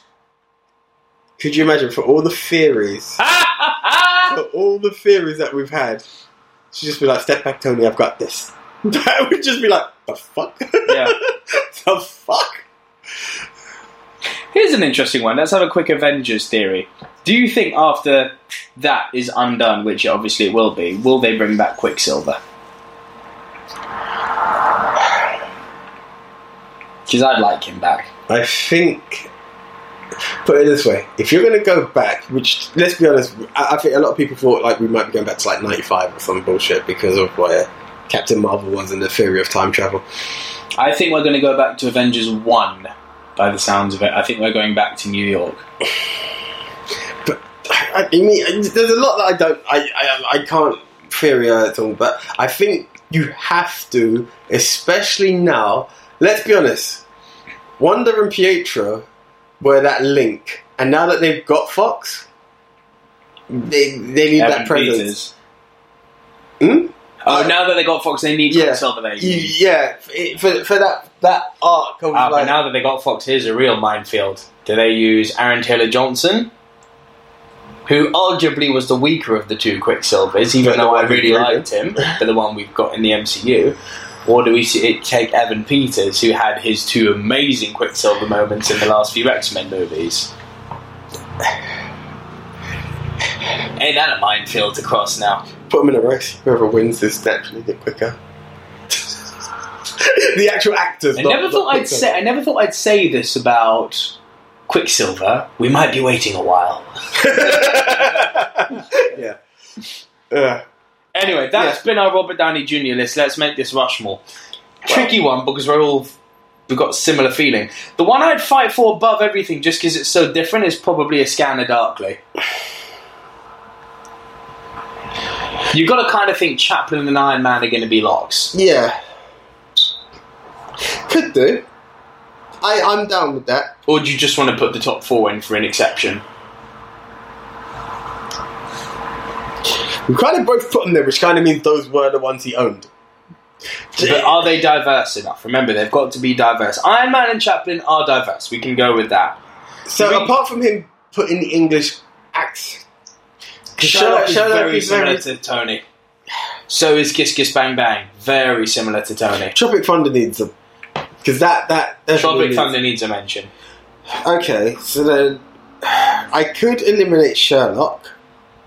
Speaker 1: Could you imagine for all the theories, for all the theories that we've had, she'd just be like, "Step back, Tony. I've got this." That would just be like, "The fuck?
Speaker 2: Yeah.
Speaker 1: the fuck?"
Speaker 2: Here's an interesting one. Let's have a quick Avengers theory. Do you think after that is undone, which obviously it will be, will they bring back Quicksilver? Because I'd like him back.
Speaker 1: I think. Put it this way: if you're going to go back, which let's be honest, I, I think a lot of people thought like we might be going back to like '95 or some bullshit because of where Captain Marvel was and the theory of time travel.
Speaker 2: I think we're going to go back to Avengers 1, by the sounds of it. I think we're going back to New York.
Speaker 1: I, I mean, there's a lot that I don't, I, I, I can't theory at all, but I think you have to, especially now. Let's be honest, Wanda and Pietro were that link, and now that they've got Fox, they they need
Speaker 2: Evan
Speaker 1: that presence.
Speaker 2: Peters.
Speaker 1: Hmm?
Speaker 2: Oh,
Speaker 1: Uh,
Speaker 2: now that they got Fox, they need
Speaker 1: yeah.
Speaker 2: Quicksilver. There. you
Speaker 1: You-
Speaker 2: mean.
Speaker 1: yeah, it- for for that that arc of
Speaker 2: Ah, but
Speaker 1: like,
Speaker 2: now that they got Fox, here's a real minefield. Do they use Aaron Taylor Johnson, who arguably was the weaker of the two Quicksilvers, even
Speaker 1: But the
Speaker 2: though I
Speaker 1: one we
Speaker 2: really
Speaker 1: grew
Speaker 2: liked him, but the one we've got in the MCU? Or do we see it take Evan Peters, who had his two amazing Quicksilver moments in the last few X Men movies? Ain't that a minefield to cross now?
Speaker 1: put them in a race. Whoever wins is naturally the quicker. the actual actors.
Speaker 2: I
Speaker 1: not-
Speaker 2: never
Speaker 1: not
Speaker 2: thought I'd
Speaker 1: quicker.
Speaker 2: say. I never thought I'd say this about Quicksilver. We might be waiting a while.
Speaker 1: yeah. Uh,
Speaker 2: Anyway, that's been our Robert Downey Jr. list. Let's make this Rushmore. Tricky one because we're all we've got similar feeling. The one I'd fight for above everything, just because it's so different, is probably a Scanner Darkly. You've got to kind of think Chaplin and Iron Man are going to be locks.
Speaker 1: yeah. Could do. I, I'm down with that.
Speaker 2: Or do you just want to put the top four in for an exception?
Speaker 1: We kind of both put them there, which kind of means those were the ones he owned.
Speaker 2: But are they diverse enough? Remember, they've got to be diverse. Iron Man and Chaplin are diverse. We can go with that.
Speaker 1: So
Speaker 2: we-
Speaker 1: apart from him putting the English accent,
Speaker 2: Sherlock,
Speaker 1: Sherlock- Sherlock
Speaker 2: very
Speaker 1: is
Speaker 2: similar to
Speaker 1: very-
Speaker 2: Tony. So is Kiss Kiss Bang Bang. Very similar to Tony.
Speaker 1: Tropic Thunder needs them because that that definitely
Speaker 2: Tropic
Speaker 1: needs-
Speaker 2: Thunder needs a mention.
Speaker 1: Okay, so then I could eliminate Sherlock.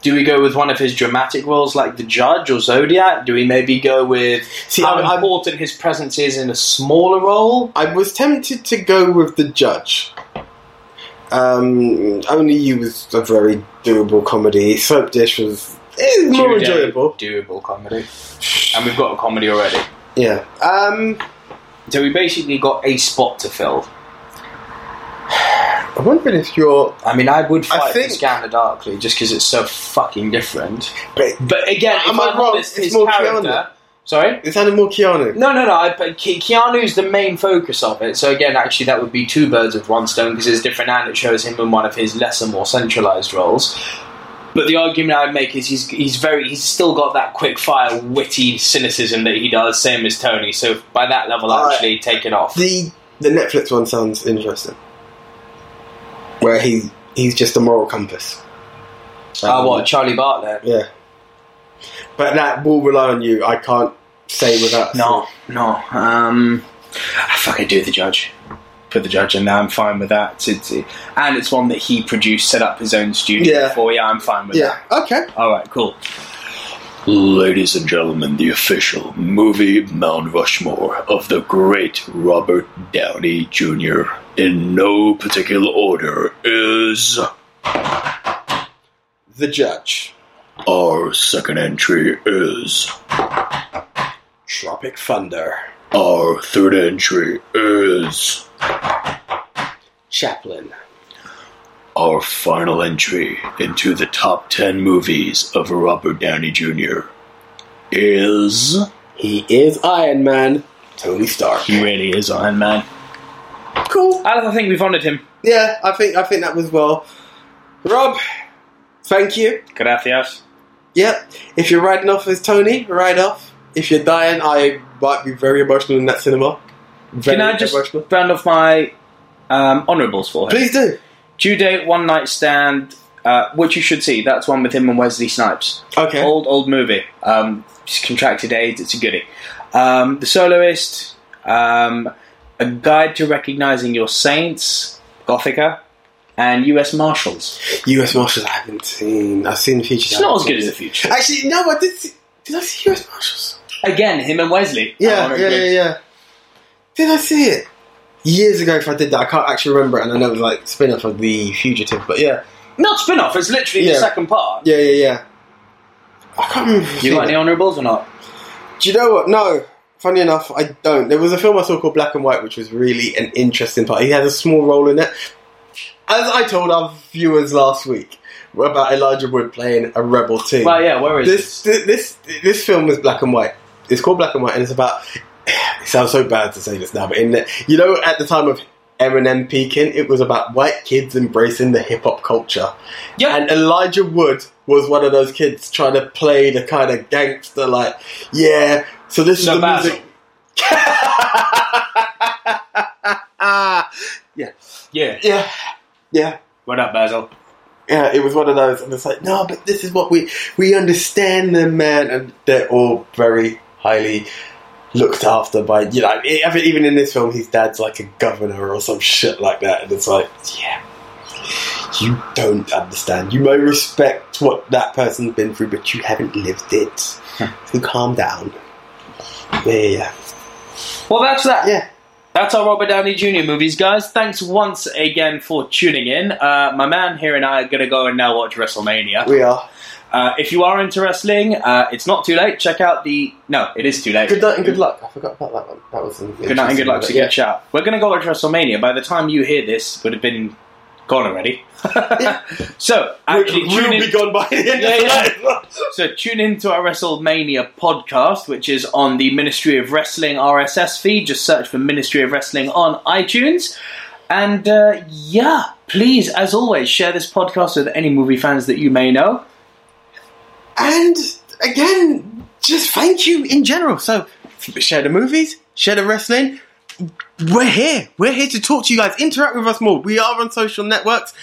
Speaker 2: Do we go with one of his dramatic roles like The Judge or Zodiac? Do we maybe go with
Speaker 1: See,
Speaker 2: how
Speaker 1: I- I-
Speaker 2: important his presence is in a smaller role?
Speaker 1: I was tempted to go with the judge. Um, only you was a very doable comedy. Soap Dish was eh, more
Speaker 2: Judo,
Speaker 1: enjoyable.
Speaker 2: Doable comedy. And we've got a comedy already.
Speaker 1: Yeah. Um,
Speaker 2: So we basically got a spot to fill.
Speaker 1: I'm wondering if you're.
Speaker 2: I mean, I would fight
Speaker 1: think-
Speaker 2: for Scanner Darkly just because it's so fucking different.
Speaker 1: But
Speaker 2: But again, if
Speaker 1: Am I
Speaker 2: I'm
Speaker 1: wrong?
Speaker 2: honest,
Speaker 1: It's
Speaker 2: his
Speaker 1: more
Speaker 2: character.
Speaker 1: Keanu.
Speaker 2: Sorry.
Speaker 1: it's Animal Keanu.
Speaker 2: No, no, no. I, but Ke- Keanu's the main focus of it. So again, actually, that would be two birds with one stone because there's different and it shows him in one of his lesser, more centralized roles. But the argument I'd make is he's he's very he's still got that quick fire witty cynicism that he does, same as Tony. So by that level,
Speaker 1: All
Speaker 2: I
Speaker 1: right.
Speaker 2: actually take it off.
Speaker 1: The the Netflix one sounds interesting, where he he's just a moral compass.
Speaker 2: Ah,
Speaker 1: Um,
Speaker 2: what Charlie Bartlett?
Speaker 1: Yeah, but that will rely on you. I can't say without
Speaker 2: No, no. Um, I fucking do the judge. Put the judge in there. I'm fine with that. It's, it's- and it's one that he produced, set up his own studio
Speaker 1: Yeah.
Speaker 2: for. Yeah, I'm fine with that.
Speaker 1: Yeah. Okay.
Speaker 2: All right, cool.
Speaker 5: Ladies and gentlemen, the official movie Mount Rushmore of the great Robert Downey Jr. in no particular order is
Speaker 1: The judge.
Speaker 5: our second entry is
Speaker 1: Tropic Thunder.
Speaker 5: our third entry is
Speaker 1: Chaplin.
Speaker 5: our final entry into the top 10 movies of Robert Downey Jr. is
Speaker 1: He is Iron Man. Tony Stark.
Speaker 2: He really is Iron Man.
Speaker 1: Cool.
Speaker 2: I think we've honoured him.
Speaker 1: Yeah, I think I think that was well. Rob, thank you.
Speaker 2: Gracias.
Speaker 1: Yep. If you're riding off as Tony, ride off. If you're dying, I might be very emotional in that cinema. Very
Speaker 2: Can I just
Speaker 1: emotional.
Speaker 2: round off my um, honourables for him?
Speaker 1: Please do.
Speaker 2: Due date, one night stand, uh, which you should see. That's one with him and Wesley Snipes.
Speaker 1: Okay.
Speaker 2: Old, old movie. Um, he's contracted AIDS. It's a goodie. Um, the Soloist. Um, a Guide to Recognizing Your Saints. Gothica. And U.S. Marshals.
Speaker 1: U.S. Marshals. I haven't seen. I've seen the features.
Speaker 2: It's not as good as the future.
Speaker 1: Actually, no. I did. See, did I see U.S. Marshals?
Speaker 2: Again, him and Wesley. I
Speaker 1: Yeah,
Speaker 2: wanna
Speaker 1: yeah,
Speaker 2: agree.
Speaker 1: yeah, yeah. Did I see it? Years ago, if I did that, I can't actually remember it, and I know it was like spin off of The Fugitive, but yeah.
Speaker 2: Not spin off, it's literally
Speaker 1: Yeah.
Speaker 2: the second part.
Speaker 1: Yeah, yeah, yeah. I can't remember. if I've
Speaker 2: You
Speaker 1: seen
Speaker 2: got
Speaker 1: it.
Speaker 2: any honourables or not?
Speaker 1: Do you know what? No. Funny enough, I don't. There was a film I saw called Black and White, which was really an interesting part. He has a small role in it. As I told our viewers last week about Elijah Wood playing a rebel too.
Speaker 2: Well, yeah, where is
Speaker 1: this, this this this film was Black and White. It's called Black and White, and it's about. It sounds so bad to say this now, but in the, you know, at the time of Eminem peaking, it was about white kids embracing the hip hop culture.
Speaker 2: Yeah.
Speaker 1: And Elijah Wood was one of those kids trying to play the kind of gangster, like, yeah, so this
Speaker 2: So
Speaker 1: is the
Speaker 2: Basil.
Speaker 1: music. yeah,
Speaker 2: Yeah.
Speaker 1: Ah, yeah,
Speaker 2: What up, Basil?
Speaker 1: yeah. It was one of those, and it's like, no, but this is what we we understand them, man, and they're all very highly looked after by you know. I mean, even in this film, his dad's like a governor or some shit like that, and it's like, yeah. You don't understand. You may respect what that person's been through, but you haven't lived it. So calm down. Yeah, yeah, yeah.
Speaker 2: Well, that's that.
Speaker 1: Yeah.
Speaker 2: That's our Robert Downey Jr. movies, guys. Thanks once again for tuning in. Uh, my man here and I are going to go and now watch WrestleMania.
Speaker 1: We are.
Speaker 2: Uh, if you are into wrestling, uh, it's not too late. Check out the. No, it is too late.
Speaker 1: Good night and good luck. I forgot about that one. That was
Speaker 2: Good night and good luck to
Speaker 1: Yeah.
Speaker 2: catch up. We're going to go watch WrestleMania. By the time you hear this, would have been gone already. so, actually,
Speaker 1: We'll-
Speaker 2: tune
Speaker 1: we'll
Speaker 2: in.
Speaker 1: be gone by the end
Speaker 2: Yeah,
Speaker 1: of the
Speaker 2: yeah.
Speaker 1: night.
Speaker 2: So tune in to our WrestleMania podcast, which is on the Ministry of Wrestling RSS feed. Just search for Ministry of Wrestling on iTunes. And uh, yeah, please, as always, share this podcast with any movie fans that you may know.
Speaker 1: And again, just thank you in general. So share the movies, share the wrestling. We're here. We're here to talk to you guys. Interact with us more. We are on social networks.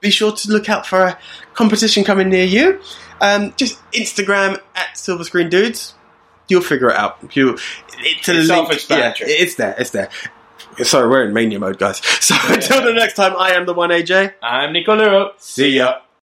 Speaker 1: Be sure to look out for a competition coming near you. Um, just Instagram at Silver Screen Dudes. You'll figure it out. You, it's
Speaker 2: It's
Speaker 1: a link.
Speaker 2: self-explanatory.
Speaker 1: Yeah, it's there. It's there. Sorry, we're in mania mode, guys. So until the next time, I am the one AJ.
Speaker 2: I'm Nicolero.
Speaker 1: See ya.